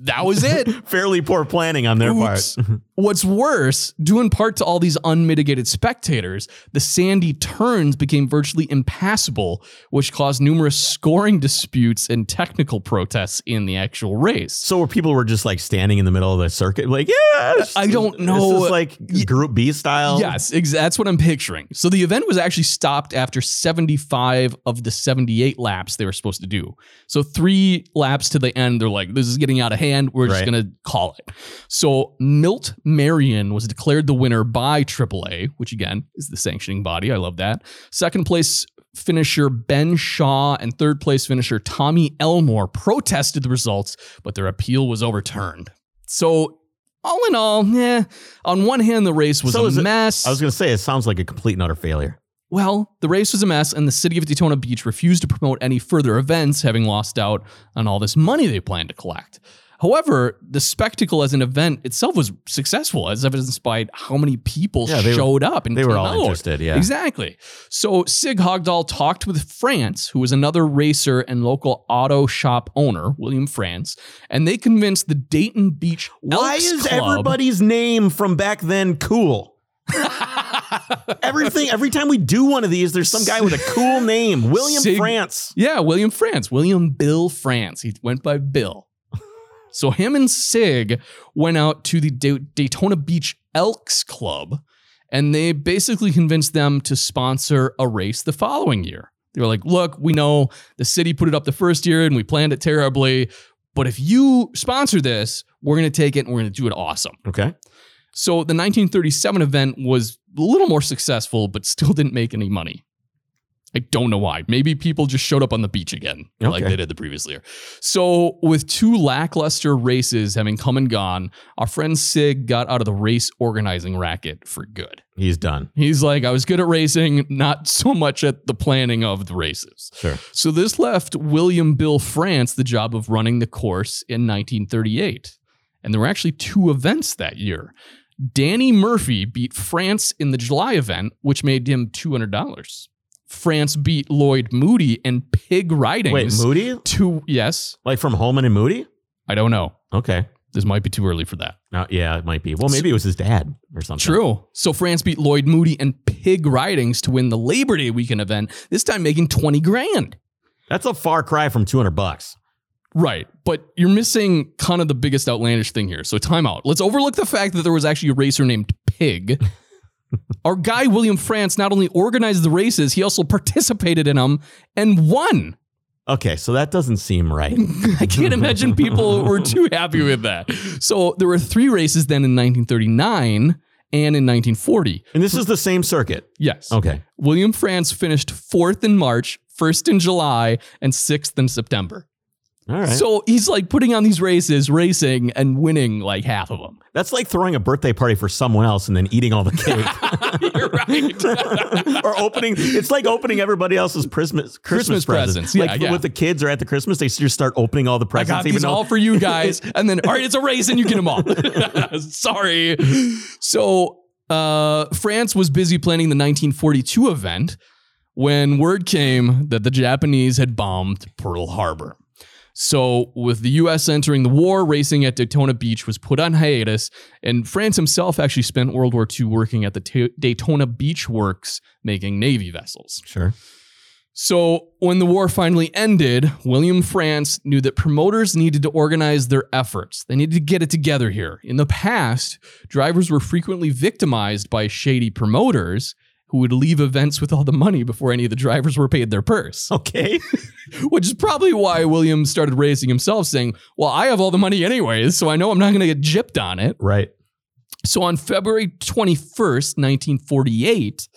Speaker 2: that was it.
Speaker 1: Fairly poor planning on their
Speaker 2: Oops.
Speaker 1: [laughs]
Speaker 2: What's worse, due in part to all these unmitigated spectators, the sandy turns became virtually impassable, which caused numerous scoring disputes and technical protests in the actual race.
Speaker 1: So where people were just like standing in the middle of the circuit, like, yeah,
Speaker 2: I don't
Speaker 1: This
Speaker 2: know.
Speaker 1: is like Group B style.
Speaker 2: Yes, ex- that's what I'm picturing. So the event was actually stopped after 75 of the 78 laps they were supposed to do. So three laps to the end, they're like, this is getting out of hand. We're just
Speaker 1: Right.
Speaker 2: going to call it. So Milt Marion was declared the winner by AAA, which again is the sanctioning body. I love that. Second place finisher Ben Shaw and third place finisher Tommy Elmore protested the results, but their appeal was overturned. So all in all, yeah. On one hand, the race was
Speaker 1: So is
Speaker 2: a
Speaker 1: it-
Speaker 2: mess.
Speaker 1: I was gonna say it sounds like a complete and utter failure.
Speaker 2: well, the race was a mess, and the city of Daytona Beach refused to promote any further events, having lost out on all this money they planned to collect. However, the spectacle as an event itself was successful, as evidenced by how many people
Speaker 1: Yeah, they were-
Speaker 2: showed up and
Speaker 1: They were
Speaker 2: came
Speaker 1: all
Speaker 2: out.
Speaker 1: interested. Yeah.
Speaker 2: Exactly. So Sig Hogdahl talked with France, who was another racer and local auto shop owner, William France, and they convinced the Dayton Beach
Speaker 1: Why
Speaker 2: Elks
Speaker 1: is
Speaker 2: Club-
Speaker 1: everybody's name from back then cool?
Speaker 2: [laughs]
Speaker 1: [laughs] Everything. Every time we do one of these, there's some guy with a cool
Speaker 2: [laughs]
Speaker 1: name, William
Speaker 2: Sig-
Speaker 1: France.
Speaker 2: Yeah, William France. William Bill France. He went by Bill. so him and Sig went out to the Da- Daytona Beach Elks Club and they basically convinced them to sponsor a race the following year. They were like, look, we know the city put it up the first year and we planned it terribly, but if you sponsor this, we're going to take it and we're going to do it awesome.
Speaker 1: Okay.
Speaker 2: So the 1937 event was a little more successful, but still [laughs] didn't make any money. I don't know why. Maybe people just showed up on the beach again, like
Speaker 1: Okay.
Speaker 2: they did the previous year. So, with two lackluster races having come and gone, our friend Sig got out of the race organizing racket for good.
Speaker 1: He's done.
Speaker 2: He's like, I was good at racing, not so much at the planning of the races.
Speaker 1: Sure.
Speaker 2: So this left William Bill France the job of running the course in 1938. And there were actually two events that year. Danny Murphy beat France in the July event, which made him $200. France beat Lloyd Moody and Pig Ridings.
Speaker 1: Wait, Moody?
Speaker 2: Two, yes,
Speaker 1: Like from Holman and Moody?
Speaker 2: I don't know.
Speaker 1: Okay.
Speaker 2: This might be too early for that.
Speaker 1: Uh, yeah, it might be. Well, maybe it was his dad or something.
Speaker 2: True. So France beat Lloyd Moody and Pig Ridings to win the Labor Day weekend event, this time making 20 grand.
Speaker 1: That's a far cry from 200 bucks.
Speaker 2: Right. But you're missing kind of the biggest outlandish thing here. So timeout. Let's overlook the fact that there was actually a racer named
Speaker 1: [laughs]
Speaker 2: Pig. Our guy William France not only organized the races, he also participated in them and won. [laughs]
Speaker 1: Okay, so that doesn't seem right.
Speaker 2: I can't imagine people were too happy with that. So there were three races then in 1939 and in 1940.
Speaker 1: And this is the same circuit.
Speaker 2: Yes.
Speaker 1: Okay.
Speaker 2: William France finished fourth in March, first in July, and sixth in September.
Speaker 1: All right.
Speaker 2: So he's like putting on these races, racing, and winning like half of them.
Speaker 1: That's like throwing a birthday party for someone else and then eating all the cake.
Speaker 2: [laughs] You're
Speaker 1: [laughs]
Speaker 2: right.
Speaker 1: or opening, it's like opening everybody else's Christmas, Christmas,
Speaker 2: Christmas presents,
Speaker 1: presents.
Speaker 2: yeah,
Speaker 1: like
Speaker 2: yeah.
Speaker 1: with the kids or at the Christmas, they just start opening all the
Speaker 2: I
Speaker 1: presents.
Speaker 2: got these all for you guys. And then, all right, it's a race and you get them all. [laughs] Sorry. So, uh, France was busy planning the 1942 event when word came that the Japanese had bombed Pearl Harbor. So, with the U.S. entering the war, racing at Daytona Beach was put on hiatus, and France himself actually spent World War II working at the Ta- Daytona Beach Works making Navy vessels.
Speaker 1: [laughs] sure.
Speaker 2: So, when the war finally ended, William France knew that promoters needed to organize their efforts. They needed to get it together here. In the past, drivers were frequently victimized by shady promoters who would leave events with all the money before any of the drivers were paid their
Speaker 1: [laughs]
Speaker 2: purse, [laughs]
Speaker 1: Okay.
Speaker 2: which is probably why William started racing himself, saying, Well, I have all the money anyways, so I know I'm not going to get gypped on it.
Speaker 1: Right.
Speaker 2: So, on February 21st, 1948,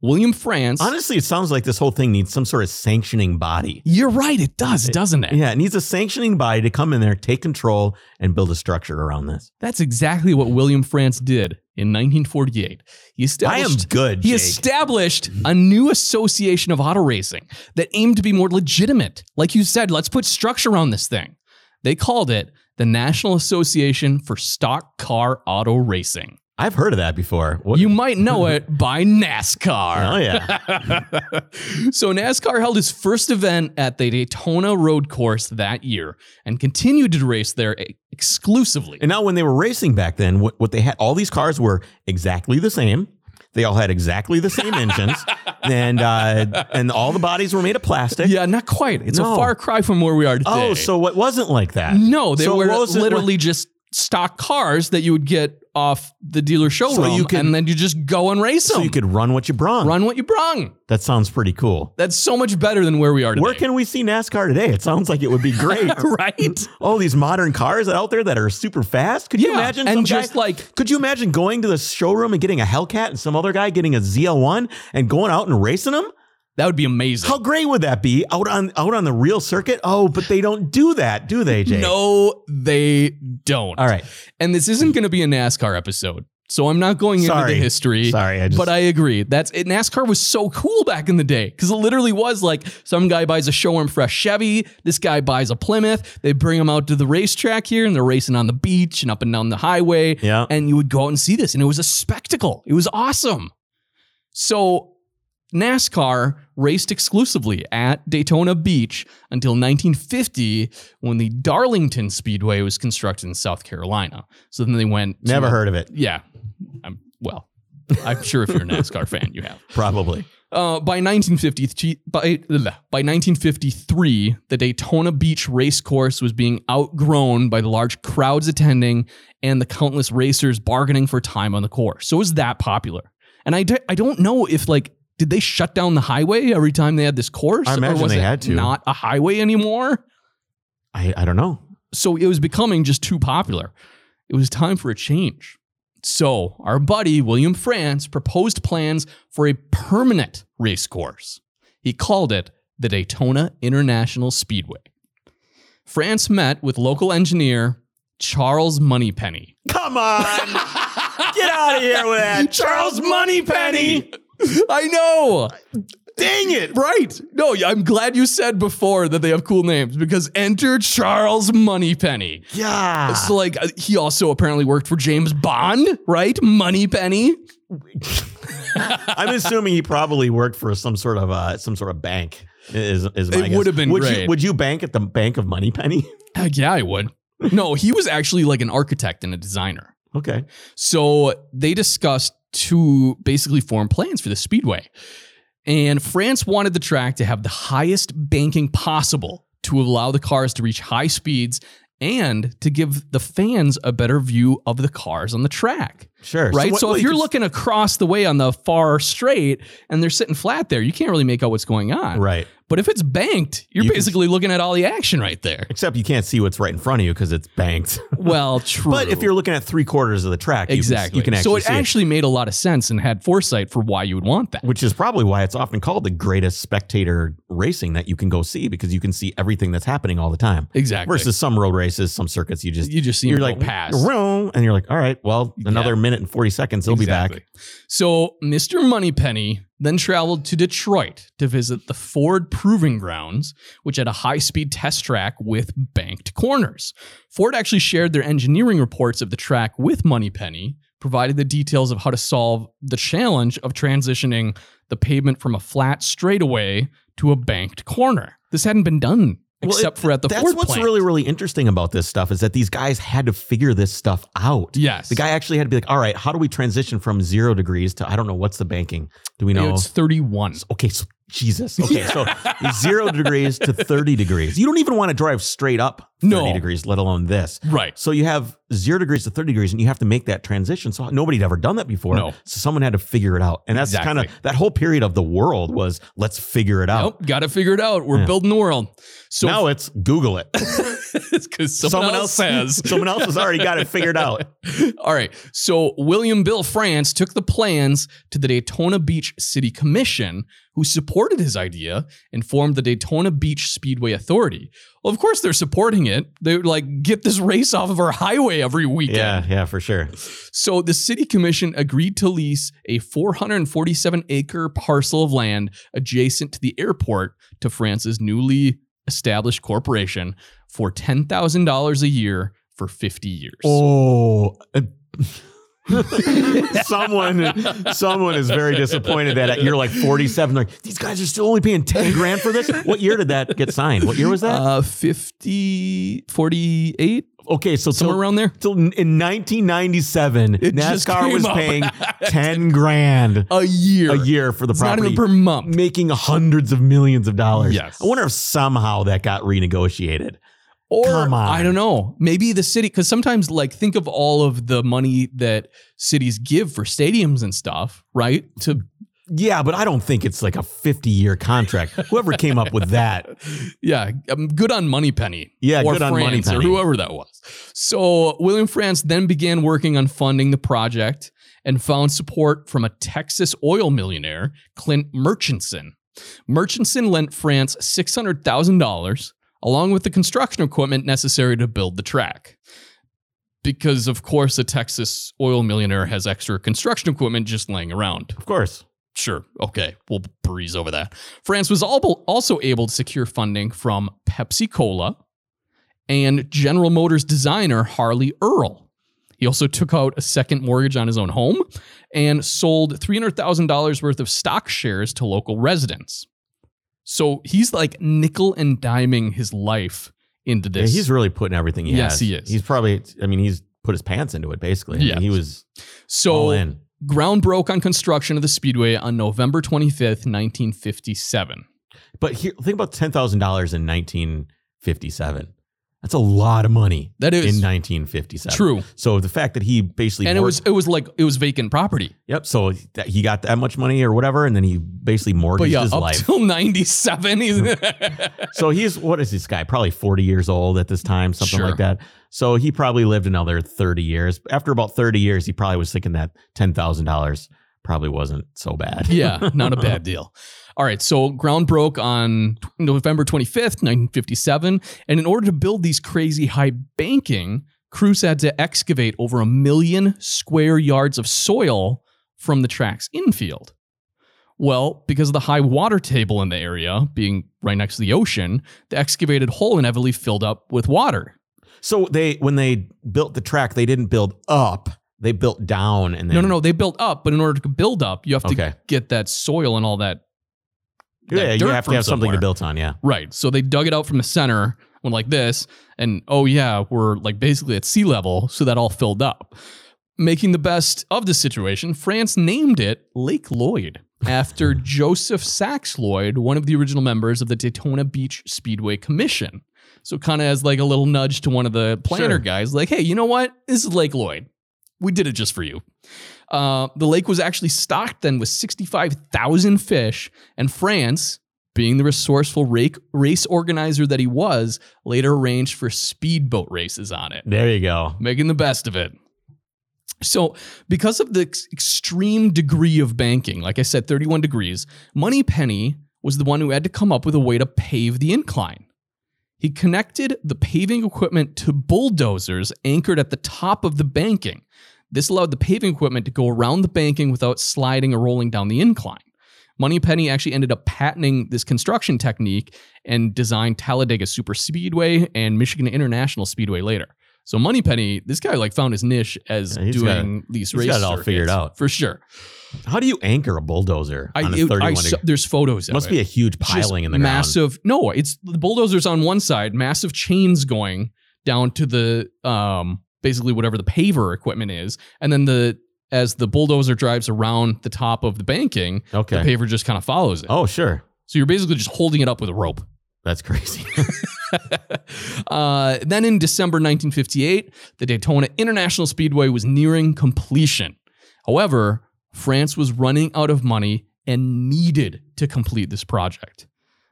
Speaker 2: William France.
Speaker 1: Honestly, it sounds like this whole thing needs some sort of sanctioning body.
Speaker 2: you're right, it does, doesn't it?
Speaker 1: Yeah, it needs a sanctioning body to come in there, take control, and build a structure around this.
Speaker 2: That's exactly what William France did in 1948. He
Speaker 1: I am
Speaker 2: established,
Speaker 1: good.
Speaker 2: he
Speaker 1: Jake.
Speaker 2: established a new association of auto racing that aimed to be more legitimate. Like you said, let's put structure on this thing. They called it the National Association for Stock Car Auto Racing.
Speaker 1: I've heard of that before. What-
Speaker 2: You might
Speaker 1: [laughs]
Speaker 2: know it by NASCAR.
Speaker 1: oh yeah.
Speaker 2: so NASCAR held its first event at the Daytona Road Course that year and continued to race there eh, exclusively.
Speaker 1: And now, when they were racing back then, what, what they had, all these cars were exactly the same. They all had exactly the same
Speaker 2: [laughs]
Speaker 1: engines, and uh, and all the bodies were made of plastic.
Speaker 2: Yeah, not quite. It's a
Speaker 1: No.
Speaker 2: far cry from where we are today.
Speaker 1: Oh, so what wasn't like that?
Speaker 2: no, they
Speaker 1: So
Speaker 2: were
Speaker 1: what was it-
Speaker 2: literally just stock cars that you would get off the dealer showroom,
Speaker 1: you can-
Speaker 2: and then you just go and race
Speaker 1: so
Speaker 2: them.
Speaker 1: you could run what you brung.
Speaker 2: run what you brung.
Speaker 1: That sounds pretty cool.
Speaker 2: That's so much better than where we are today.
Speaker 1: Where can we see NASCAR today? It sounds like it would
Speaker 2: [laughs]
Speaker 1: be great.
Speaker 2: right?
Speaker 1: All these modern cars out there that are super fast. Could you
Speaker 2: Yeah,
Speaker 1: imagine?
Speaker 2: and
Speaker 1: some
Speaker 2: just
Speaker 1: guy-
Speaker 2: like
Speaker 1: could you imagine going to the showroom and getting a Hellcat and some other guy getting a ZL1 and going out and racing them?
Speaker 2: that would be amazing.
Speaker 1: How great would that be out on out on the real circuit? Oh, but they don't do that, do they, Jake?
Speaker 2: no, they don't.
Speaker 1: All right.
Speaker 2: and this isn't going to be a NASCAR episode, so I'm not going into
Speaker 1: Sorry.
Speaker 2: the history.
Speaker 1: Sorry, I just
Speaker 2: but I agree. That's it. NASCAR was so cool back in the day because it literally was like some guy buys a showroom fresh Chevy, this guy buys a Plymouth. They bring him out to the racetrack here, and they're racing on the beach and up and down the highway.
Speaker 1: yeah.
Speaker 2: And you would go out and see this, and it was a spectacle. It was awesome. So NASCAR raced exclusively at Daytona Beach until 1950 when the Darlington Speedway was constructed in South Carolina. So then they went. to-
Speaker 1: Never heard of it,
Speaker 2: yeah. I'm, well, I'm sure if you're a NASCAR [laughs] fan, you have.
Speaker 1: probably.
Speaker 2: Uh, by 1950, by, by 1953, the Daytona Beach race course was being outgrown by the large crowds attending and the countless racers bargaining for time on the course. So it was that popular. And I, d- I don't know if, like, did they shut down the highway every time they had this course?
Speaker 1: I imagine
Speaker 2: or was
Speaker 1: they
Speaker 2: it
Speaker 1: had to.
Speaker 2: not a highway anymore?
Speaker 1: I, I don't know.
Speaker 2: so it was becoming just too popular. It was time for a change. So our buddy William France proposed plans for a permanent race course. He called it the Daytona International Speedway. France met with local engineer Charles Moneypenny.
Speaker 1: Come
Speaker 2: [laughs]
Speaker 1: on. Get out of here with that.
Speaker 2: Charles Moneypenny! I know.
Speaker 1: Dang it.
Speaker 2: Right. No, I'm glad you said before that they have cool names because enter Charles Moneypenny.
Speaker 1: Yeah.
Speaker 2: So like uh, he also apparently worked for James Bond, right? Money Penny.
Speaker 1: I'm assuming he probably worked for some sort of uh, some sort of bank. Is, is my
Speaker 2: It
Speaker 1: guess.
Speaker 2: would have been
Speaker 1: would
Speaker 2: great.
Speaker 1: You, would you bank at the Bank of Money Penny?
Speaker 2: Heck yeah, I would. No, he was actually like an architect and a designer.
Speaker 1: [laughs] Okay.
Speaker 2: So they discussed to basically form plans for the speedway. And France wanted the track to have the highest banking possible to allow the cars to reach high speeds and to give the fans a better view of the cars on the track.
Speaker 1: Sure.
Speaker 2: right?
Speaker 1: what-
Speaker 2: So,
Speaker 1: what
Speaker 2: if
Speaker 1: you
Speaker 2: you're
Speaker 1: just-
Speaker 2: looking across the way on the far straight and they're sitting flat there, you can't really make out what's going on.
Speaker 1: right,
Speaker 2: But if it's banked, you're
Speaker 1: You can-
Speaker 2: basically looking at all the action
Speaker 1: [laughs]
Speaker 2: right there.
Speaker 1: except you can't see what's right in front of you because it's banked.
Speaker 2: Well, true.
Speaker 1: But if you're looking at three quarters of the track, you can-
Speaker 2: exactly,
Speaker 1: you can, actually
Speaker 2: so it
Speaker 1: see it.
Speaker 2: actually made a lot of sense and had foresight for why you would want that.
Speaker 1: which is probably why it's often called the greatest spectator racing that you can go see because you can see everything that's happening all the time.
Speaker 2: Exactly.
Speaker 1: Versus some road races, some circuits, you just
Speaker 2: you just see
Speaker 1: you're
Speaker 2: them
Speaker 1: like
Speaker 2: go past.
Speaker 1: "Vroom," and you're like, all right, well, another
Speaker 2: Yeah.
Speaker 1: minute and forty seconds, he'll be back.
Speaker 2: Exactly. So Mr. Moneypenny then traveled to Detroit to visit the Ford Proving Grounds, which had a high-speed test track with banked corners. Ford actually shared their engineering reports of the track with Moneypenny, provided the details of how to solve the challenge of transitioning the pavement from a flat straightaway to a banked corner. This hadn't been done
Speaker 1: Well, it-
Speaker 2: except for at the
Speaker 1: That's
Speaker 2: Ford
Speaker 1: what's
Speaker 2: plant.
Speaker 1: really, really interesting about this stuff is that these guys had to figure this stuff out.
Speaker 2: yes.
Speaker 1: The guy actually had to be like, all right, how do we transition from zero degrees to I don't know what's the banking? Do we know?
Speaker 2: it's 31.
Speaker 1: okay, so Jesus. Okay,
Speaker 2: [laughs]
Speaker 1: so zero degrees to 30 degrees. You don't even want to drive straight up 30
Speaker 2: No.
Speaker 1: degrees, let alone this.
Speaker 2: Right.
Speaker 1: So you have zero degrees to 30 degrees and you have to make that transition. So nobody had ever done that before.
Speaker 2: No.
Speaker 1: So someone had to figure it out. And that's
Speaker 2: Exactly.
Speaker 1: kind of that whole period of the world was let's figure it out.
Speaker 2: Nope, got to figure it out. We're
Speaker 1: Oh. Yeah.
Speaker 2: building the world. So
Speaker 1: now it's Google it.
Speaker 2: because [laughs] someone, else [laughs] says.
Speaker 1: [laughs] someone else has already got it figured
Speaker 2: [laughs]
Speaker 1: out.
Speaker 2: All right. So William Bill France took the plans to the Daytona Beach City Commission, who supported his idea and formed the Daytona Beach Speedway Authority. Well, of course they're supporting it. They're like, get this race off of our highway every weekend.
Speaker 1: Yeah, yeah, for sure.
Speaker 2: So the city commission agreed to lease a 447 acre parcel of land adjacent to the airport to France's newly established corporation for $10,000 a year for 50 years.
Speaker 1: Oh, [laughs] someone, someone is very disappointed that at year like forty-seven, like these guys are still only paying ten grand for this. What year did that get signed? What year was that?
Speaker 2: Uh, 50, 48,
Speaker 1: okay, so
Speaker 2: somewhere
Speaker 1: till,
Speaker 2: around there.
Speaker 1: till in nineteen ninety-seven,
Speaker 2: It just
Speaker 1: NASCAR
Speaker 2: came
Speaker 1: was
Speaker 2: up. [laughs]
Speaker 1: paying ten grand
Speaker 2: A year.
Speaker 1: a year for the
Speaker 2: It's not
Speaker 1: property,
Speaker 2: even per month.
Speaker 1: making hundreds of millions of dollars.
Speaker 2: Yes.
Speaker 1: I wonder if somehow that got renegotiated.
Speaker 2: Or
Speaker 1: Come on.
Speaker 2: I don't know. Maybe the city, because sometimes, like, think of all of the money that cities give for stadiums and stuff, right? To
Speaker 1: Yeah, but I don't think it's like a fifty-year contract. Whoever came up with that,
Speaker 2: Yeah, um, good on Moneypenny.
Speaker 1: Yeah,
Speaker 2: or
Speaker 1: good on
Speaker 2: France
Speaker 1: Moneypenny.
Speaker 2: or whoever that was. So William France then began working on funding the project and found support from a Texas oil millionaire, Clint Murchison. Murchison lent France six hundred thousand dollars, along with the construction equipment necessary to build the track. Because of course, a Texas oil millionaire has extra construction equipment just laying around.
Speaker 1: of course.
Speaker 2: Sure. Okay. We'll breeze over that. France was al- also able to secure funding from Pepsi Cola and General Motors designer Harley Earl. He also took out a second mortgage on his own home and sold $300,000 worth of stock shares to local residents. So he's like nickel and diming his life into
Speaker 1: Yeah,
Speaker 2: this.
Speaker 1: he's really putting everything he
Speaker 2: Yes,
Speaker 1: has.
Speaker 2: he is.
Speaker 1: He's probably, I mean, he's put his pants into it basically. I mean,
Speaker 2: Yes.
Speaker 1: he was
Speaker 2: so
Speaker 1: all in.
Speaker 2: ground broke on construction of the speedway on November 25th, 1957.
Speaker 1: But here, think about ten thousand dollars in nineteen fifty-seven. That's a lot of money
Speaker 2: That
Speaker 1: in
Speaker 2: is
Speaker 1: nineteen fifty-seven.
Speaker 2: true.
Speaker 1: So the fact that he basically
Speaker 2: and it
Speaker 1: worked-
Speaker 2: was it was like it was vacant property.
Speaker 1: yep. So that he got that much money or whatever, and then he basically
Speaker 2: But
Speaker 1: mortgaged
Speaker 2: yeah,
Speaker 1: his
Speaker 2: up [laughs]
Speaker 1: life.
Speaker 2: till ninety seven,
Speaker 1: [laughs] so he's what is this guy? Probably forty years old at this time, something
Speaker 2: Sure.
Speaker 1: like that. So he probably lived another thirty years. After about thirty years, he probably was thinking that ten thousand dollars probably wasn't so bad.
Speaker 2: yeah, not a bad deal. All right, so ground broke on tw- November twenty fifth, nineteen fifty seven, and in order to build these crazy high banking, crews had to excavate over a million square yards of soil from the track's infield. Well, because of the high water table in the area being right next to the ocean, the excavated hole inevitably filled up with water.
Speaker 1: So they when they built the track, they didn't build up. They built down and then
Speaker 2: No, no, no. They built up, but in order to build up, you have to
Speaker 1: Okay.
Speaker 2: get that soil and all that. that
Speaker 1: Yeah, you
Speaker 2: dirt
Speaker 1: have to
Speaker 2: from
Speaker 1: have something
Speaker 2: somewhere.
Speaker 1: to build on. Yeah,
Speaker 2: Right. So they dug it out from the center, went like this, and oh yeah, we're like basically at sea level, so that all filled up. Making the best of the situation, France named it Lake
Speaker 1: [laughs]
Speaker 2: Lloyd after Joseph Sachs Lloyd, one of the original members of the Daytona Beach Speedway Commission. So kind of as like a little nudge to one of the planner
Speaker 1: Sure.
Speaker 2: guys, like, hey, you know what? This is Lake Lloyd. we did it just for you. Uh, the lake was actually stocked then with 65,000 fish, and France, being the resourceful rake, race organizer that he was, later arranged for speedboat races on it,
Speaker 1: There you go.
Speaker 2: making the best of it. So, because of the ex- extreme degree of banking, like I said, 31 degrees, Moneypenny was the one who had to come up with a way to pave the incline. He connected the paving equipment to bulldozers anchored at the top of the banking. This allowed the paving equipment to go around the banking without sliding or rolling down the incline. Moneypenny actually ended up patenting this construction technique and designed Talladega Super Speedway and Michigan International Speedway later. So Moneypenny, this guy like found his niche as
Speaker 1: Yeah, he's
Speaker 2: doing these
Speaker 1: he's
Speaker 2: races.
Speaker 1: got it all figured out.
Speaker 2: for sure.
Speaker 1: How do you anchor a bulldozer
Speaker 2: I,
Speaker 1: on a
Speaker 2: it- I
Speaker 1: 31
Speaker 2: saw-
Speaker 1: degree?
Speaker 2: there's photos. of
Speaker 1: Must
Speaker 2: it.
Speaker 1: be a huge
Speaker 2: Just
Speaker 1: piling in the ground.
Speaker 2: massive. No, it's the bulldozers on one side, massive chains going down to the um basically whatever the paver equipment is, and then the as the bulldozer drives around the top of the banking,
Speaker 1: Okay.
Speaker 2: the paver just kind of follows it.
Speaker 1: Oh, sure.
Speaker 2: So you're basically just holding it up with a rope.
Speaker 1: That's [laughs] crazy.
Speaker 2: [laughs] uh, then in December 1958, the Daytona International Speedway was nearing completion. However, France was running out of money and needed to complete this project.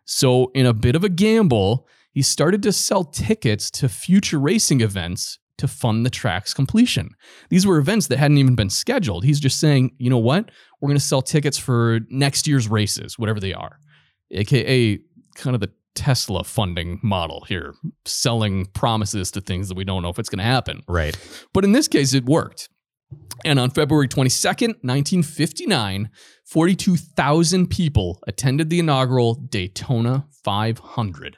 Speaker 2: So, in a bit of a gamble, he started to sell tickets to future racing events to fund the track's completion. These were events that hadn't even been scheduled. He's just saying, you know what? We're going to sell tickets for next year's races, whatever they are, aka kind of the Tesla funding model here, selling promises to things that we don't know if it's going to happen.
Speaker 1: right.
Speaker 2: But in this case, it worked. And on February 22nd, 1959, 42,000 people attended the inaugural Daytona 500.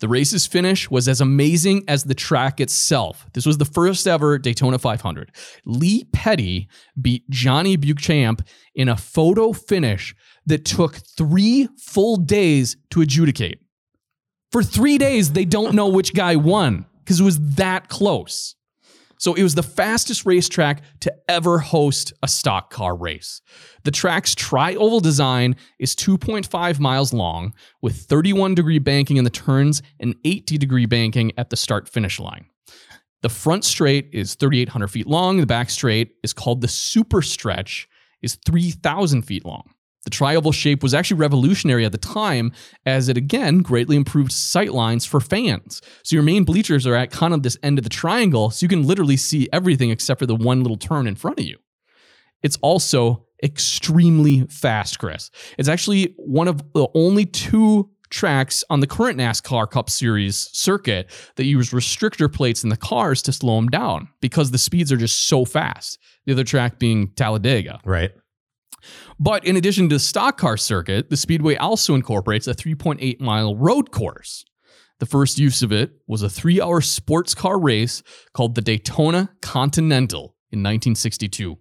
Speaker 2: The race's finish was as amazing as the track itself. This was the first ever Daytona 500. Lee Petty beat Johnny Buchamp in a photo finish that took three full days to adjudicate. For three days, they don't know which guy won because it was that close. So it was the fastest racetrack to ever host a stock car race. The track's tri oval design is 2.5 miles long, with 31 degree banking in the turns and 80 degree banking at the start finish line. The front straight is 3,800 feet long. The back straight is called the super stretch, is 3,000 feet long. The trioval shape was actually revolutionary at the time, as it again greatly improved sight lines for fans. So your main bleachers are at kind of this end of the triangle, so you can literally see everything except for the one little turn in front of you. It's also extremely fast, Chris. It's actually one of the only two tracks on the current NASCAR Cup Series circuit that use restrictor plates in the cars to slow them down because the speeds are just so fast. The other track being Talladega.
Speaker 1: Right.
Speaker 2: But in addition to the stock car circuit, the Speedway also incorporates a 3.8 mile road course. The first use of it was a three hour sports car race called the Daytona Continental in 1962.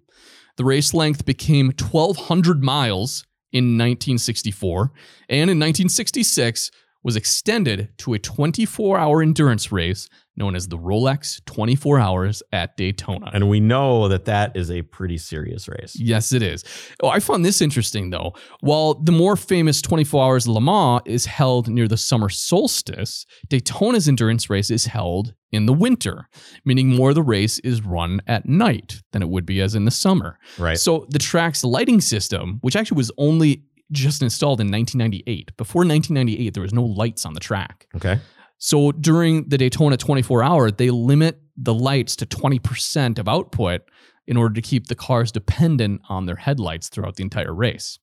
Speaker 2: The race length became 1,200 miles in 1964, and in 1966 was extended to a 24 hour endurance race known as the Rolex 24 Hours at Daytona.
Speaker 1: And we know that that is a pretty serious race.
Speaker 2: Yes, it is. Oh, I found this interesting though. While the more famous 24 Hours Le Mans is held near the summer solstice, Daytona's endurance race is held in the winter, meaning more of the race is run at night than it would be as in the summer.
Speaker 1: Right.
Speaker 2: So the track's lighting system, which actually was only just installed in 1998, before 1998 there was no lights on the track.
Speaker 1: Okay.
Speaker 2: So during the Daytona 24 hour, they limit the lights to 20% of output in order to keep the cars dependent on their headlights throughout the entire race.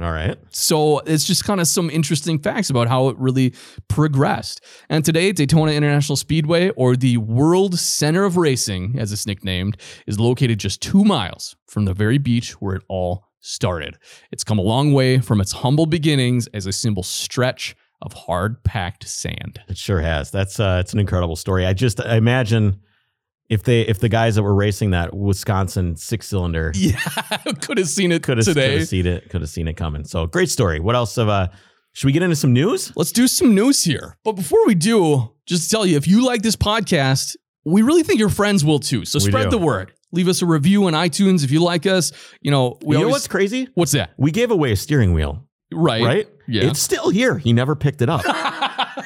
Speaker 1: All right.
Speaker 2: So it's just kind of some interesting facts about how it really progressed. And today, Daytona International Speedway, or the World Center of Racing, as it's nicknamed, is located just two miles from the very beach where it all started. It's come a long way from its humble beginnings as a simple stretch of hard packed sand.
Speaker 1: It sure has. That's uh, it's an incredible story. I just I imagine if they if the guys that were racing that Wisconsin six cylinder
Speaker 2: [laughs] Yeah, could have seen it
Speaker 1: could have
Speaker 2: today.
Speaker 1: seen it could have seen it coming. So great story. What else have uh should we get into some news?
Speaker 2: Let's do some news here. But before we do, just to tell you if you like this podcast, we really think your friends will too. So
Speaker 1: We
Speaker 2: spread
Speaker 1: do.
Speaker 2: the word. Leave us a review on iTunes if you like us. You know, we
Speaker 1: you know
Speaker 2: always,
Speaker 1: what's crazy?
Speaker 2: what's that?
Speaker 1: We gave away a steering wheel,
Speaker 2: Right.
Speaker 1: right?
Speaker 2: [laughs] Yeah. [laughs]
Speaker 1: It's still here. He never picked it up.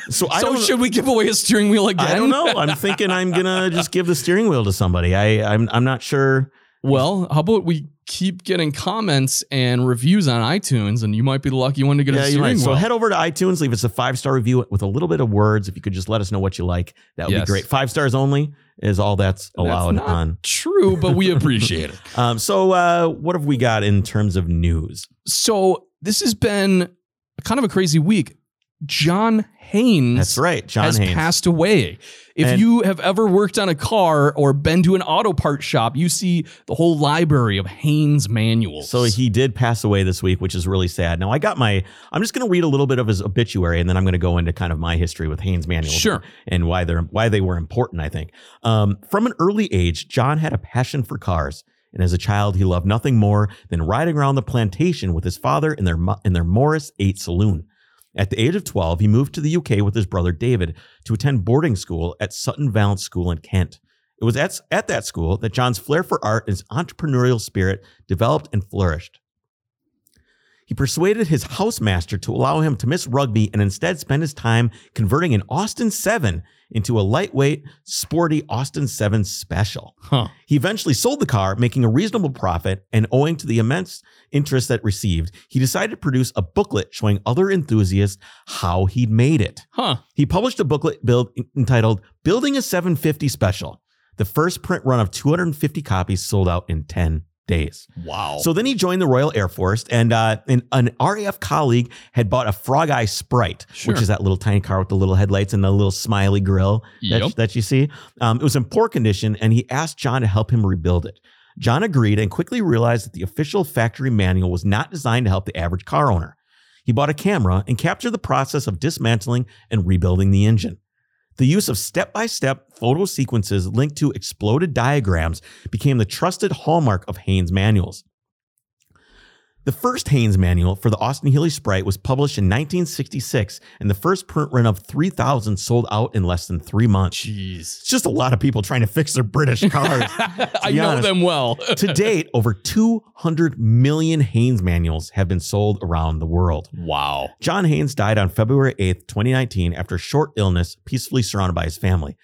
Speaker 1: So I
Speaker 2: so
Speaker 1: don't.
Speaker 2: should we give away a steering wheel again?
Speaker 1: I don't know. I'm thinking I'm
Speaker 2: [laughs]
Speaker 1: gonna just give the steering wheel to somebody. I I'm I'm not sure.
Speaker 2: Well, how about we keep getting comments and reviews on iTunes, and you might be the lucky one to get a
Speaker 1: Yeah,
Speaker 2: steering
Speaker 1: you're right. So
Speaker 2: wheel.
Speaker 1: head over to iTunes, leave us a five star review with a little bit of words. If you could just let us know what you like, that would
Speaker 2: Yes.
Speaker 1: be great. Five stars only is all that's allowed
Speaker 2: not-
Speaker 1: on.
Speaker 2: True,
Speaker 1: [laughs]
Speaker 2: but we appreciate it.
Speaker 1: Um, so uh, what have we got in terms of news?
Speaker 2: So this has been kind of a crazy week. John Haynes
Speaker 1: That's right, John
Speaker 2: has
Speaker 1: Haynes.
Speaker 2: passed away. If
Speaker 1: And-
Speaker 2: you have ever worked on a car or been to an auto part shop, you see the whole library of Haynes manuals.
Speaker 1: So he did pass away this week, which is really sad. Now I got my. I'm just going to read a little bit of his obituary, and then I'm going to go into kind of my history with Haynes manuals.
Speaker 2: Sure.
Speaker 1: and why they're why they were important. I think um, from an early age, John had a passion for cars, and as a child, he loved nothing more than riding around the plantation with his father in their Mo- in their Morris Eight saloon. At the age of 12, he moved to the UK with his brother David to attend boarding school at Sutton Valence School in Kent. It was at, at that school that John's flair for art and his entrepreneurial spirit developed and flourished. He persuaded his housemaster to allow him to miss rugby and instead spend his time converting an Austin 7 into a lightweight, sporty Austin 7 special.
Speaker 2: Huh.
Speaker 1: He eventually sold the car, making a reasonable profit, and owing to the immense interest that received, he decided to produce a booklet showing other enthusiasts how he'd made it.
Speaker 2: Huh.
Speaker 1: He published a booklet build, entitled Building a 750 Special. The first print run of 250 copies sold out in 10 days.
Speaker 2: Wow.
Speaker 1: So then he joined the Royal Air Force, and uh, an, an RAF colleague had bought a Frog Eye Sprite,
Speaker 2: Sure.
Speaker 1: which is that little tiny car with the little headlights and the little smiley grill that,
Speaker 2: Yep.
Speaker 1: that you see. Um, it was in poor condition, and he asked John to help him rebuild it. John agreed and quickly realized that the official factory manual was not designed to help the average car owner. He bought a camera and captured the process of dismantling and rebuilding the engine. The use of step by step photo sequences linked to exploded diagrams became the trusted hallmark of Haynes manuals. The first Haynes manual for the Austin Healey Sprite was published in 1966, and the first print run of 3,000 sold out in less than three months.
Speaker 2: Jeez.
Speaker 1: It's just a lot of people trying to fix their British cars.
Speaker 2: [laughs] I
Speaker 1: be
Speaker 2: know
Speaker 1: honest.
Speaker 2: them well.
Speaker 1: to date, over 200 million Haynes manuals have been sold around the world.
Speaker 2: wow.
Speaker 1: John Haynes died on February 8th, 2019, after a short illness, peacefully surrounded by his family.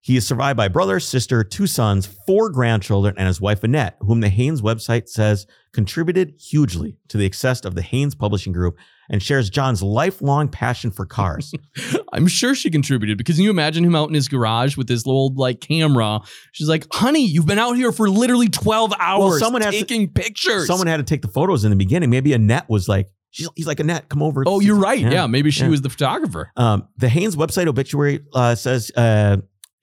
Speaker 1: He is survived by brother, sister, two sons, four grandchildren, and his wife Annette, whom the Haynes website says contributed hugely to the success of the Haynes Publishing Group and shares John's lifelong passion for
Speaker 2: [laughs]
Speaker 1: cars.
Speaker 2: I'm sure she contributed because can you imagine him out in his garage with his little like camera. She's like, "Honey, you've been out here for literally 12 hours
Speaker 1: someone has to-
Speaker 2: taking pictures."
Speaker 1: Someone had to take the photos in the beginning. Maybe Annette was like, she's, he's like, Annette, come over.
Speaker 2: oh, you're right. Yeah, maybe she
Speaker 1: yeah.
Speaker 2: was the photographer.
Speaker 1: Um, the Haynes website obituary uh, says uh,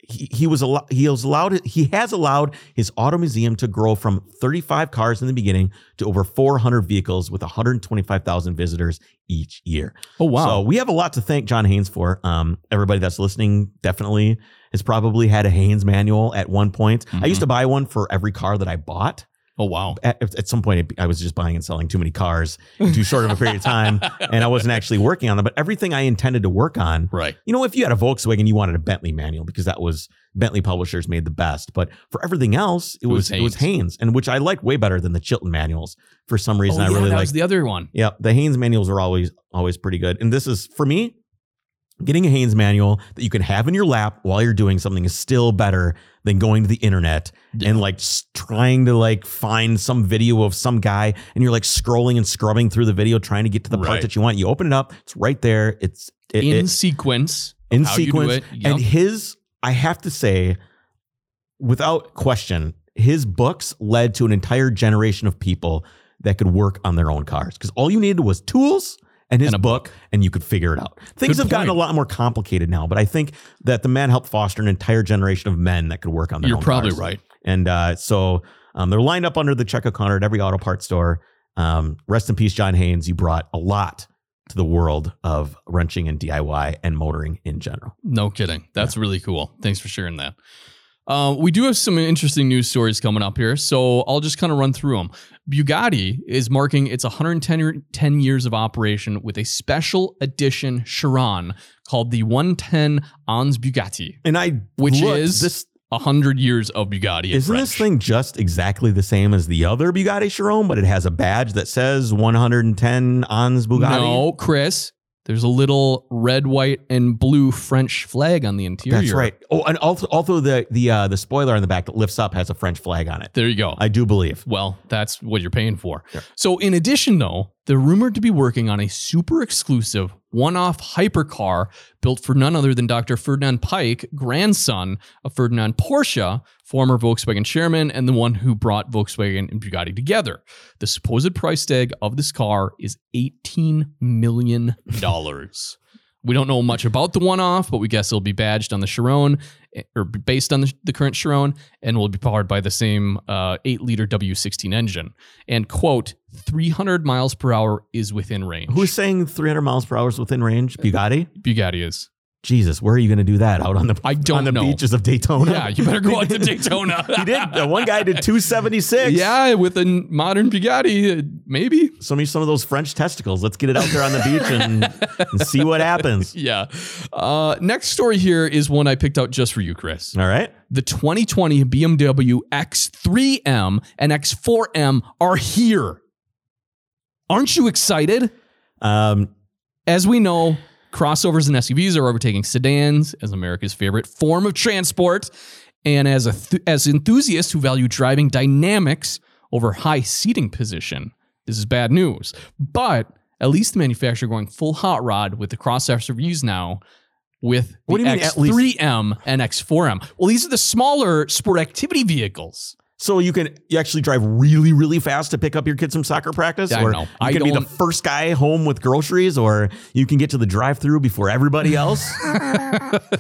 Speaker 1: he, he was al- he was allowed he has allowed his auto museum to grow from 35 cars in the beginning to over 400 vehicles with 125,000 visitors each year.
Speaker 2: Oh, wow.
Speaker 1: So we have a lot to thank John Haynes for. Um, everybody that's listening definitely has probably had a Haynes manual at one point. I used to buy one for every car that I bought.
Speaker 2: oh, wow.
Speaker 1: At, at some point, it- I was just buying and selling too many cars in too short of a period of time, and I wasn't actually working on them. But everything I intended to work on
Speaker 2: Right.
Speaker 1: you know, if you had a Volkswagen, you wanted a Bentley manual because that was Bentley publishers made the best. But for everything else, it, was,
Speaker 2: was
Speaker 1: it was Haynes, and which I liked way better than the Chilton manuals for some
Speaker 2: Oh,
Speaker 1: reason. I
Speaker 2: yeah,
Speaker 1: really
Speaker 2: that
Speaker 1: like.
Speaker 2: was the other one.
Speaker 1: yeah, the Haynes manuals are always always pretty good. And this is for me, getting a Haynes manual that you can have in your lap while you're doing something is still better than going to the internet
Speaker 2: Yeah.
Speaker 1: and like s- trying to like find some video of some guy and you're like scrolling and scrubbing through the video trying to get to the part
Speaker 2: Right.
Speaker 1: that you want. You open it up, it's right there. It's it,
Speaker 2: in
Speaker 1: it-
Speaker 2: sequence.
Speaker 1: in
Speaker 2: how
Speaker 1: sequence.
Speaker 2: You do it. Yep.
Speaker 1: And his, I have to say, without question, his books led to an entire generation of people that could work on their own cars because all you needed was tools and his
Speaker 2: And a
Speaker 1: book, and you could figure it out. Things
Speaker 2: Good
Speaker 1: have gotten a
Speaker 2: point.
Speaker 1: lot more complicated now, but I think that the man helped foster an entire generation of men that could work on their
Speaker 2: You're
Speaker 1: own
Speaker 2: probably
Speaker 1: cars.
Speaker 2: right.
Speaker 1: And uh, so um, they're lined up under the check O'Connor at every auto parts store. Um, rest in peace, John Haynes. You brought a lot to the world of wrenching and DIY and motoring in general.
Speaker 2: No kidding. That's really cool. Thanks for sharing that. Uh, we do have some interesting news stories coming up here, so I'll just kind of run through them. Bugatti is marking its 110 year- 10 years of operation with a special edition Chiron called the 110 Ans Bugatti,
Speaker 1: And I,
Speaker 2: which
Speaker 1: looked,
Speaker 2: is
Speaker 1: this
Speaker 2: 100 years of Bugatti. in
Speaker 1: isn't this
Speaker 2: French.
Speaker 1: thing just exactly the same as the other Bugatti Chiron, but it has a badge that says 110 Ans Bugatti.
Speaker 2: No, Chris, There's a little red, white, and blue French flag on the interior.
Speaker 1: That's right. Oh, and also, also the the uh, the spoiler on the back that lifts up has a French flag on it.
Speaker 2: There you go.
Speaker 1: I do believe.
Speaker 2: well, that's what you're paying for.
Speaker 1: Sure.
Speaker 2: So, in addition, though, they're rumored to be working on a super exclusive one off hypercar built for none other than Dr. Ferdinand Pike, grandson of Ferdinand Porsche, former Volkswagen chairman and the one who brought Volkswagen and Bugatti together. The supposed price tag of this car is $18 million. we don't know much about the one off, but we guess it'll be badged on the Chiron eh, or based on the, the current Chiron and will be powered by the same uh, 8 liter W16 engine. And quote, 300 miles per hour is within range.
Speaker 1: Who's saying 300 miles per hour is within range?
Speaker 2: Uh,
Speaker 1: Bugatti?
Speaker 2: Bugatti is.
Speaker 1: Jesus, where are you going to do that? Out on the
Speaker 2: I don't
Speaker 1: on the
Speaker 2: know.
Speaker 1: beaches of Daytona?
Speaker 2: Yeah, you better go out to Daytona.
Speaker 1: [laughs]
Speaker 2: [laughs]
Speaker 1: he did. The one guy did 276.
Speaker 2: Yeah, with a n- modern Bugatti, uh, maybe.
Speaker 1: So me some of those French testicles. Let's get it out there on the beach
Speaker 2: [laughs]
Speaker 1: and, and see what happens.
Speaker 2: Yeah. Uh, next story here is one I picked out just for you, Chris.
Speaker 1: All right.
Speaker 2: The 2020 BMW X3M and X4M are here. Aren't you excited?
Speaker 1: Um,
Speaker 2: As we know, crossovers and SUVs are overtaking sedans as America's favorite form of transport. And as, a th- as enthusiasts who value driving dynamics over high seating position, this is bad news. But at least the manufacturer going full hot rod with the cross SUVs now with
Speaker 1: What
Speaker 2: the
Speaker 1: do you mean, at least?
Speaker 2: X3M and X4M. Well, these are the smaller sport activity vehicles.
Speaker 1: so you can you actually drive really, really fast to pick up your kids from soccer practice?
Speaker 2: Yeah, I
Speaker 1: or
Speaker 2: know.
Speaker 1: you
Speaker 2: I
Speaker 1: can be the
Speaker 2: don't-
Speaker 1: first guy home with groceries, or you can get to the drive through before everybody else.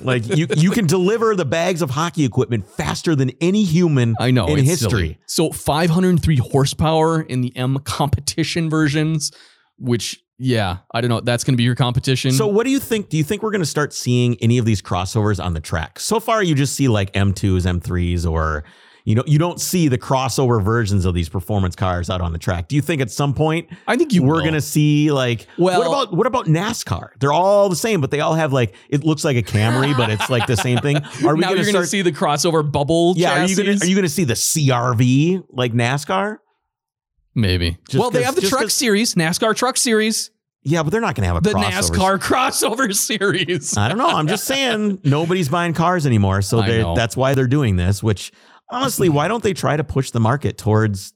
Speaker 1: like you you can deliver the bags of hockey equipment faster than any human
Speaker 2: I know
Speaker 1: in
Speaker 2: it's
Speaker 1: history.
Speaker 2: silly. So 503 horsepower in the M competition versions, which yeah, I don't know. That's going to be your competition.
Speaker 1: So what do you think? Do you think we're going to start seeing any of these crossovers on the track? So far, you just see like M2s, M3s, or you know, you don't see the crossover versions of these performance cars out on the track. Do you think at some point
Speaker 2: I think you
Speaker 1: we're
Speaker 2: will.
Speaker 1: going to
Speaker 2: [laughs]
Speaker 1: see like what
Speaker 2: Well-
Speaker 1: about what about NASCAR? They're all the same, but they all have like it looks like a Camry, but it's like the same
Speaker 2: [laughs]
Speaker 1: thing. Are we going to
Speaker 2: now you're going
Speaker 1: start?
Speaker 2: to see the crossover bubble.
Speaker 1: yeah, are you going to
Speaker 2: chassis?
Speaker 1: are you going to see the CRV like NASCAR?
Speaker 2: maybe?
Speaker 1: Just
Speaker 2: well, they
Speaker 1: 'cause-
Speaker 2: have the
Speaker 1: just
Speaker 2: truck
Speaker 1: 'cause-
Speaker 2: series, NASCAR Truck Series,
Speaker 1: Yeah, but they're not going to have a
Speaker 2: the
Speaker 1: crossover. Uh,
Speaker 2: NASCAR crossover [laughs] series.
Speaker 1: I don't know. I'm just saying nobody's buying cars anymore, so
Speaker 2: I
Speaker 1: they
Speaker 2: know.
Speaker 1: that's why they're doing this. Which honestly, why don't they try to push the market towards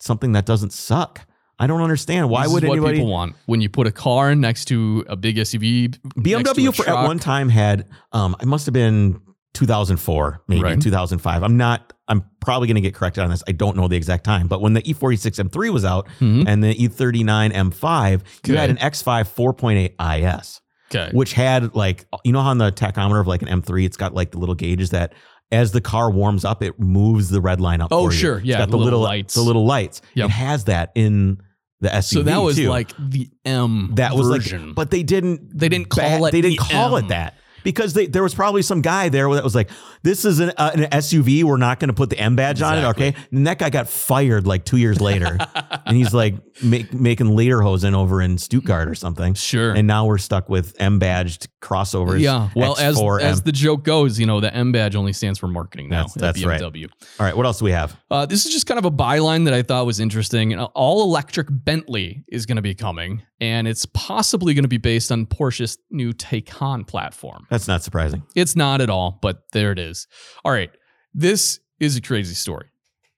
Speaker 1: something that doesn't suck? I don't understand. Why
Speaker 2: This
Speaker 1: would
Speaker 2: is what
Speaker 1: anybody?
Speaker 2: people want when you put a car next to a big SUV? next to a
Speaker 1: BMW for, at
Speaker 2: truck?
Speaker 1: one time had um, it must have been 2004, maybe
Speaker 2: Right.
Speaker 1: 2005. I'm not. I'm probably going to get corrected on this. I don't know the exact time, but when the E E46 M3 was out
Speaker 2: Mhm.
Speaker 1: and the E E39 M5, you had
Speaker 2: Okay.
Speaker 1: an X5 4.8 IS.
Speaker 2: Okay.
Speaker 1: which had like you know how on the tachometer of like an M3, it's got like the little gauges that as the car warms up, it moves the red line up.
Speaker 2: Oh,
Speaker 1: for you.
Speaker 2: sure.
Speaker 1: It's
Speaker 2: Yeah,
Speaker 1: got the
Speaker 2: the little
Speaker 1: little
Speaker 2: lights.
Speaker 1: The little lights.
Speaker 2: Yep.
Speaker 1: It has that in the SUV.
Speaker 2: So that was
Speaker 1: too.
Speaker 2: like the M
Speaker 1: that was
Speaker 2: version.
Speaker 1: like, but they didn't.
Speaker 2: They didn't call it
Speaker 1: They didn't
Speaker 2: the
Speaker 1: call
Speaker 2: M.
Speaker 1: it that. Because they, there was probably some guy there that was like, "This is an, uh, an SUV. We're not going to put the M badge on it."
Speaker 2: Exactly.
Speaker 1: Okay, and that guy got fired like two years
Speaker 2: [laughs]
Speaker 1: later, and he's like make, making lederhosen over in Stuttgart or something.
Speaker 2: sure.
Speaker 1: And now we're stuck with M badged crossovers.
Speaker 2: yeah. Well, as
Speaker 1: X4M.
Speaker 2: as the joke goes, you know, the M badge only stands for marketing now.
Speaker 1: That's-
Speaker 2: at
Speaker 1: that's right.
Speaker 2: BMW.
Speaker 1: all right, what else do we have?
Speaker 2: Uh, this is just kind of a byline that I thought was interesting. An all electric Bentley is going to be coming, and it's possibly going to be based on Porsche's new Taycan platform.
Speaker 1: That's not surprising.
Speaker 2: It's not at all, but there it is. All right. This is a crazy story.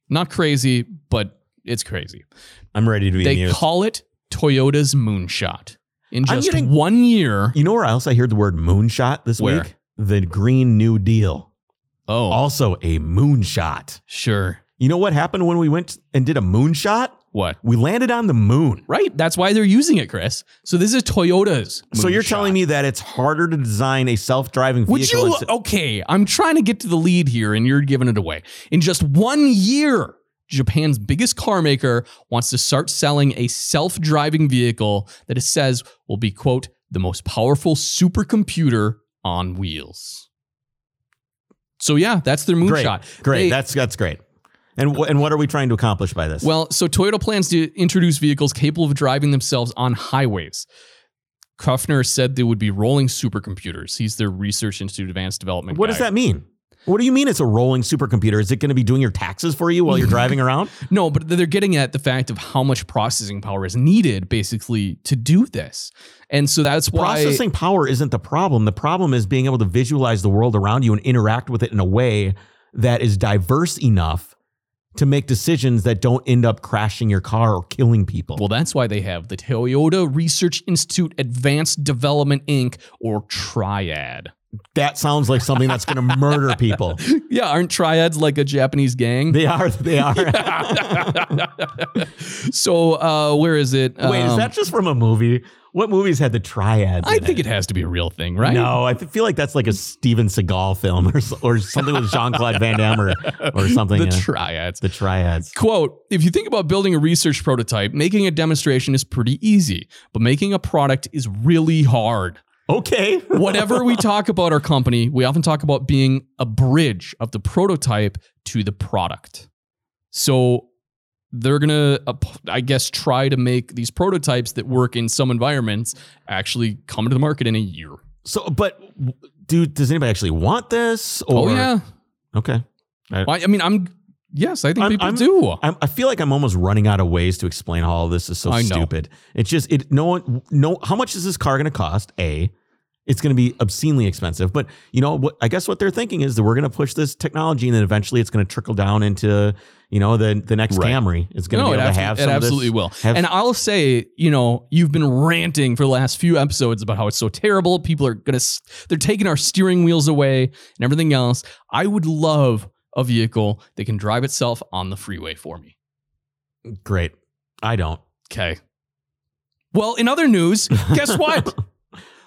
Speaker 2: Not crazy, but it's crazy.
Speaker 1: I'm ready to be
Speaker 2: They
Speaker 1: amused.
Speaker 2: call it Toyota's moonshot. In
Speaker 1: I'm
Speaker 2: just
Speaker 1: getting-
Speaker 2: one year.
Speaker 1: you know where else I heard the word moonshot this
Speaker 2: Where?
Speaker 1: week? The Green New Deal.
Speaker 2: Oh,
Speaker 1: Also a moonshot.
Speaker 2: sure.
Speaker 1: You know what happened when we went and did a moonshot?
Speaker 2: What?
Speaker 1: We landed on the moon.
Speaker 2: Right. That's why they're using it, Chris. So this is Toyota's.
Speaker 1: So you're
Speaker 2: moonshot.
Speaker 1: telling me that it's harder to design a self-driving
Speaker 2: Would
Speaker 1: vehicle?
Speaker 2: you?
Speaker 1: instead-
Speaker 2: Okay, I'm trying to get to the lead here, and you're giving it away. In just one year, Japan's biggest car maker wants to start selling a self driving vehicle that it says will be, quote, the most powerful supercomputer on wheels. So, yeah, that's their
Speaker 1: great,
Speaker 2: moonshot.
Speaker 1: great.
Speaker 2: They-
Speaker 1: that's that's great. And wh- and what are we trying to accomplish by this?
Speaker 2: Well, so Toyota plans to introduce vehicles capable of driving themselves on highways. Kufner said they would be rolling supercomputers. He's their Research Institute Advanced Development.
Speaker 1: what
Speaker 2: guy.
Speaker 1: does that mean? What do you mean it's a rolling supercomputer? Is it going to be doing your taxes for you while
Speaker 2: [laughs]
Speaker 1: you're driving around?
Speaker 2: No, but they're getting at the fact of how much processing power is needed basically to do this. And so that's why
Speaker 1: Processing power isn't the problem. The problem is being able to visualize the world around you and interact with it in a way that is diverse enough to make decisions that don't end up crashing your car or killing people.
Speaker 2: well, that's why they have the Toyota Research Institute Advanced Development Inc. or Triad.
Speaker 1: that sounds like something that's going to
Speaker 2: [laughs]
Speaker 1: murder people.
Speaker 2: Yeah, aren't triads like a Japanese gang?
Speaker 1: They are. They are.
Speaker 2: so uh, where is it?
Speaker 1: Wait, is
Speaker 2: Um,
Speaker 1: that just from a movie? What movies had the triads?
Speaker 2: I
Speaker 1: in
Speaker 2: think it has to be a real thing, right?
Speaker 1: No, I feel like that's like a Steven Seagal film or, s- or something with Jean Claude Van Damme or, or something.
Speaker 2: the
Speaker 1: yeah.
Speaker 2: triads.
Speaker 1: the triads.
Speaker 2: Quote, if you think about building a research prototype, making a demonstration is pretty easy, but making a product is
Speaker 1: [laughs]
Speaker 2: really hard.
Speaker 1: Okay.
Speaker 2: Whatever we talk about our company, we often talk about being a bridge of the prototype to the product. So they're going to, I guess, try to make these prototypes that work in some environments actually come to the market in a year.
Speaker 1: So, but do does anybody actually want this?
Speaker 2: Oh,
Speaker 1: Or,
Speaker 2: yeah.
Speaker 1: Okay.
Speaker 2: Why I mean, I'm, yes, I think
Speaker 1: I'm-
Speaker 2: people
Speaker 1: I'm-
Speaker 2: do.
Speaker 1: I'm, I feel like I'm almost running out of ways to explain how all this is so
Speaker 2: I know.
Speaker 1: stupid. It's just it. No one. No. How much is this car going to cost? A. It's going to be obscenely expensive. But you know what? I guess what they're thinking is that we're going to push this technology, and then eventually it's going to trickle down into you know the the next
Speaker 2: Right.
Speaker 1: Camry. It's going to be able
Speaker 2: abso-
Speaker 1: to have
Speaker 2: it
Speaker 1: some of this-
Speaker 2: absolutely will.
Speaker 1: have-
Speaker 2: and I'll say, you know, you've been ranting for the last few episodes about how it's so terrible. People are gonna, s- they're taking our steering wheels away and everything else. I would love a vehicle that can drive itself on the freeway for me.
Speaker 1: Great. I don't.
Speaker 2: Okay. Well, in
Speaker 1: [laughs]
Speaker 2: other news, guess what?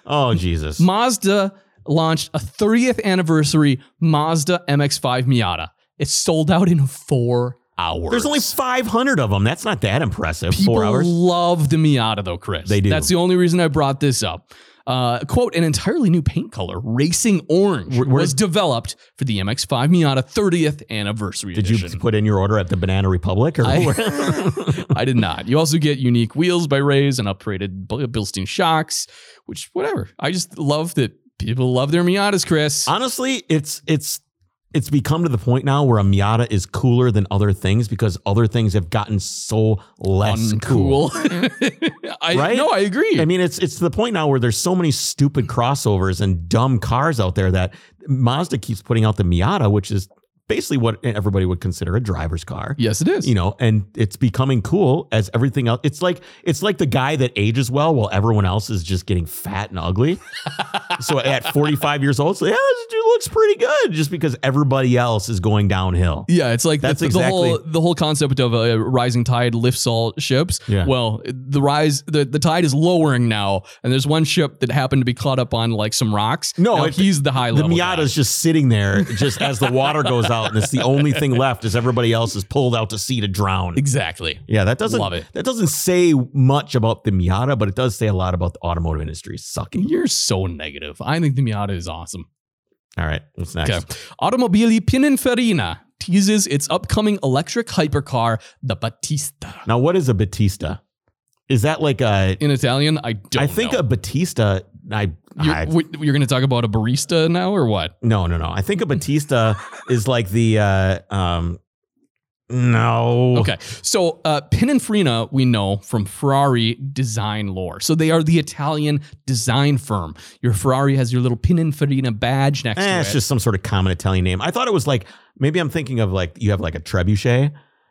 Speaker 1: Oh Jesus.
Speaker 2: Mazda launched a 30th anniversary Mazda MX-5 Miata. It sold out in four hours.
Speaker 1: There's only 500 of them. That's not that impressive.
Speaker 2: People
Speaker 1: Four hours.
Speaker 2: love the Miata though, Chris.
Speaker 1: They do.
Speaker 2: That's the only reason I brought this up. Uh, quote, an entirely new paint color, racing orange,
Speaker 1: Where- where-
Speaker 2: was developed for the MX-5 Miata 30th anniversary
Speaker 1: Did
Speaker 2: edition.
Speaker 1: [laughs] you put in your order at the Banana Republic? Or
Speaker 2: I, I did not. You also get unique wheels by Rays and upgraded Bil- Bilstein shocks, which whatever. I just love that people love their Miatas,
Speaker 1: Ah, [laughs]
Speaker 2: Chris.
Speaker 1: honestly, it's it's it's become to the point now where a Miata is cooler than other things because other things have gotten so less cool.
Speaker 2: Uncool. [laughs] I
Speaker 1: Right?
Speaker 2: no, I agree.
Speaker 1: I mean, it's it's to the point now where there's so many stupid crossovers and dumb cars out there that Mazda keeps putting out the Miata, which is basically what everybody would consider a driver's car.
Speaker 2: yes, it is.
Speaker 1: you know and it's becoming cool as everything else it's like it's like the guy that ages well while everyone else is just getting fat and
Speaker 2: [laughs]
Speaker 1: ugly so at 45 years old it's like, yeah this dude looks pretty good just because everybody else is going downhill
Speaker 2: Yeah, it's like
Speaker 1: That's
Speaker 2: the, the whole the whole concept of a rising tide lifts all ships.
Speaker 1: Yeah.
Speaker 2: Well, the rise the, the tide is lowering now, and there's one ship that happened to be caught up on like some rocks.
Speaker 1: No,
Speaker 2: Now
Speaker 1: it-
Speaker 2: he's the high
Speaker 1: the
Speaker 2: level. guy.
Speaker 1: Miata's just sitting there, just as the water goes out, and it's the only thing left. Is everybody else is pulled out to sea to drown?
Speaker 2: exactly.
Speaker 1: Yeah, that doesn't
Speaker 2: Love it.
Speaker 1: that doesn't say much about the Miata, but it does say a lot about the automotive industry sucking.
Speaker 2: You're so negative. I think the Miata is awesome.
Speaker 1: All right, what's next?
Speaker 2: Okay. Automobili Pininfarina teases its upcoming electric hypercar, the Batista.
Speaker 1: Now, what is a Batista? Is that like a
Speaker 2: In Italian, I don't.
Speaker 1: I think
Speaker 2: know.
Speaker 1: a Batista. I,
Speaker 2: you're,
Speaker 1: I
Speaker 2: wait, you're going to talk about a barista now or what?
Speaker 1: no no no. I think a
Speaker 2: [laughs]
Speaker 1: Batista is like the uh, um. No.
Speaker 2: Okay. So uh, Pininfarina, we know from Ferrari design lore. So they are the Italian design firm. Your Ferrari has your little Pininfarina badge next
Speaker 1: Eh,
Speaker 2: to
Speaker 1: it's
Speaker 2: it.
Speaker 1: just some sort of common Italian name. I thought it was like maybe I'm thinking of like you have like a trebuchet,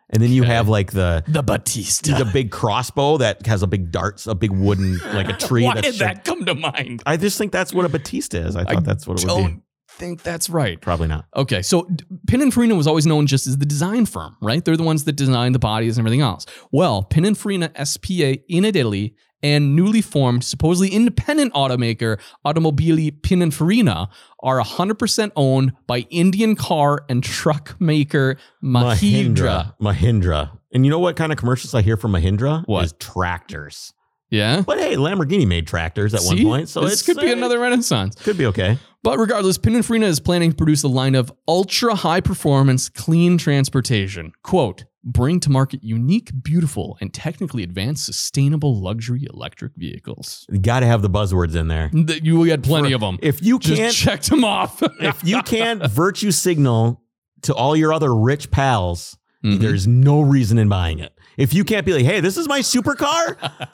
Speaker 1: and then you
Speaker 2: Okay.
Speaker 1: have like
Speaker 2: [laughs]
Speaker 1: the
Speaker 2: the Batista.
Speaker 1: the big crossbow that has a big darts, a big wooden
Speaker 2: [laughs]
Speaker 1: like a tree.
Speaker 2: Why
Speaker 1: that's
Speaker 2: did
Speaker 1: shaped-
Speaker 2: that come to mind?
Speaker 1: I just think that's what a Batista is. I thought
Speaker 2: I
Speaker 1: that's what it would be.
Speaker 2: Don't think that's right.
Speaker 1: Probably not.
Speaker 2: Okay, so d- Pininfarina was always known just as the design firm, right? They're the ones that design the bodies and everything else. Well, Pininfarina SPA in Italy and newly formed, supposedly independent automaker Automobili Pininfarina are 100% owned by Indian car and truck maker Mahindra.
Speaker 1: Mahindra. Mahindra. And you know what kind of commercials I hear from Mahindra?
Speaker 2: What?
Speaker 1: Is tractors.
Speaker 2: Yeah?
Speaker 1: But hey, Lamborghini made tractors at one
Speaker 2: See?
Speaker 1: point, so
Speaker 2: this
Speaker 1: it's,
Speaker 2: could be
Speaker 1: uh,
Speaker 2: another renaissance.
Speaker 1: Could be okay.
Speaker 2: But regardless, Pininfarina is planning to produce a line of ultra high performance clean transportation. Quote, bring to market unique, beautiful, and technically advanced sustainable luxury electric vehicles.
Speaker 1: Got to have the buzzwords in there.
Speaker 2: That You had plenty of them.
Speaker 1: If you
Speaker 2: Just
Speaker 1: can't,
Speaker 2: checked them off. [laughs]
Speaker 1: if you can't virtue signal to all your other rich pals,
Speaker 2: Mhm.
Speaker 1: there's no reason in buying it. If you can't be like, hey, this is my
Speaker 2: [laughs]
Speaker 1: supercar,
Speaker 2: [laughs]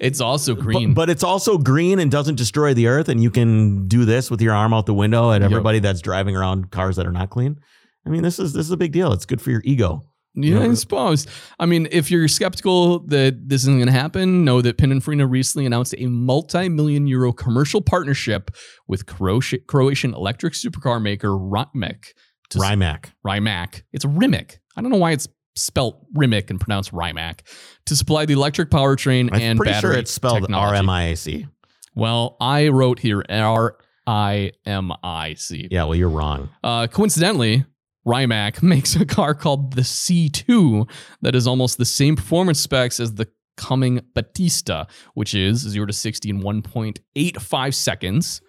Speaker 2: it's also
Speaker 1: but,
Speaker 2: green.
Speaker 1: but it's also green and doesn't destroy the earth, and you can do this with your arm out the window at
Speaker 2: Yep.
Speaker 1: everybody that's driving around cars that are not clean. I mean, this is this is a big deal. It's good for your ego.
Speaker 2: yeah,
Speaker 1: Yeah.
Speaker 2: I suppose. I mean, if you're skeptical that this isn't going to happen, know that Pininfarina recently announced a multi-million euro commercial partnership with Croati- Croatian electric supercar maker Rimac. To s-
Speaker 1: Rimac.
Speaker 2: Rimac. It's Rimac. I don't know why it's spelt Rimac and pronounced Rimac to supply the electric powertrain
Speaker 1: I'm
Speaker 2: and
Speaker 1: pretty
Speaker 2: battery
Speaker 1: sure it's spelled
Speaker 2: technology.
Speaker 1: R M I A C.
Speaker 2: Well, I wrote here R I M I C.
Speaker 1: Yeah, well, you're wrong.
Speaker 2: Uh, coincidentally, Rimac [laughs] makes a car called the C2 that is almost the same performance specs as the coming Batista, which is 0 to 60 in 1.85 seconds,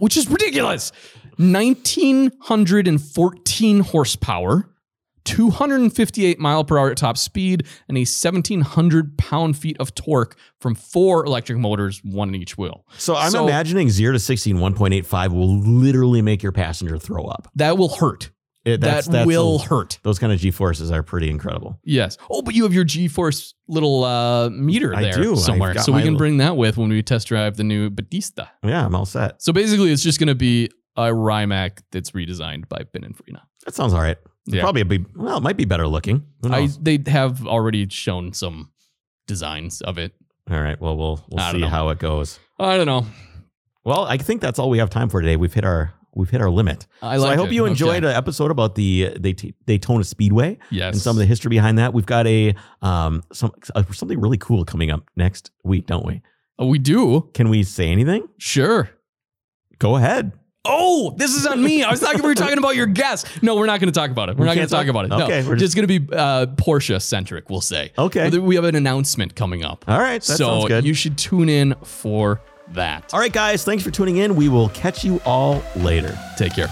Speaker 2: which is ridiculous. 1914 horsepower, 258 mile per hour at top speed, and a 1700 pound feet of torque from four electric motors, one in each wheel.
Speaker 1: So I'm
Speaker 2: So-
Speaker 1: imagining zero to 16, 1.85 will literally make your passenger throw up.
Speaker 2: That will hurt.
Speaker 1: It-
Speaker 2: that will hurt.
Speaker 1: those kind of G forces are pretty incredible.
Speaker 2: Yes. Oh, but you have your GeForce little uh, meter
Speaker 1: I
Speaker 2: there
Speaker 1: do. I've
Speaker 2: somewhere,
Speaker 1: got
Speaker 2: so we
Speaker 1: my
Speaker 2: can
Speaker 1: little-
Speaker 2: bring that with when we test drive the new Batista.
Speaker 1: Yeah, I'm all set.
Speaker 2: So basically, it's just going to be a Rimac that's redesigned by Pininfarina.
Speaker 1: That sounds all right. It's
Speaker 2: Yeah.
Speaker 1: Probably a be well, it might be better looking. Who
Speaker 2: I,
Speaker 1: knows?
Speaker 2: they have already shown some designs of it.
Speaker 1: all right. Well, we'll we'll
Speaker 2: I
Speaker 1: see
Speaker 2: don't know.
Speaker 1: how it goes.
Speaker 2: I don't know.
Speaker 1: Well, I think that's all we have time for today. We've hit our we've hit our limit.
Speaker 2: I
Speaker 1: so I
Speaker 2: liked
Speaker 1: hope
Speaker 2: it.
Speaker 1: you enjoyed
Speaker 2: Okay.
Speaker 1: an episode about the Dayt- Daytona Speedway
Speaker 2: Yes.
Speaker 1: and some of the history behind that. We've got a um some uh, something really cool coming up next week, don't we?
Speaker 2: Oh, we do.
Speaker 1: Can we say anything?
Speaker 2: Sure.
Speaker 1: Go ahead.
Speaker 2: Oh, this is on me. I was talking. We were talking about your guest. No, we're not going to talk about it. We're
Speaker 1: We
Speaker 2: not going
Speaker 1: can't
Speaker 2: to talk,
Speaker 1: talk-
Speaker 2: about it.
Speaker 1: Okay,
Speaker 2: no,
Speaker 1: we're
Speaker 2: we're just, going to be uh, Porsche centric. We'll say.
Speaker 1: Okay.
Speaker 2: We have an announcement coming up.
Speaker 1: All right. That sounds
Speaker 2: so
Speaker 1: good.
Speaker 2: you should tune in for that.
Speaker 1: all right, guys. Thanks for tuning in. We will catch you all later.
Speaker 2: Take care.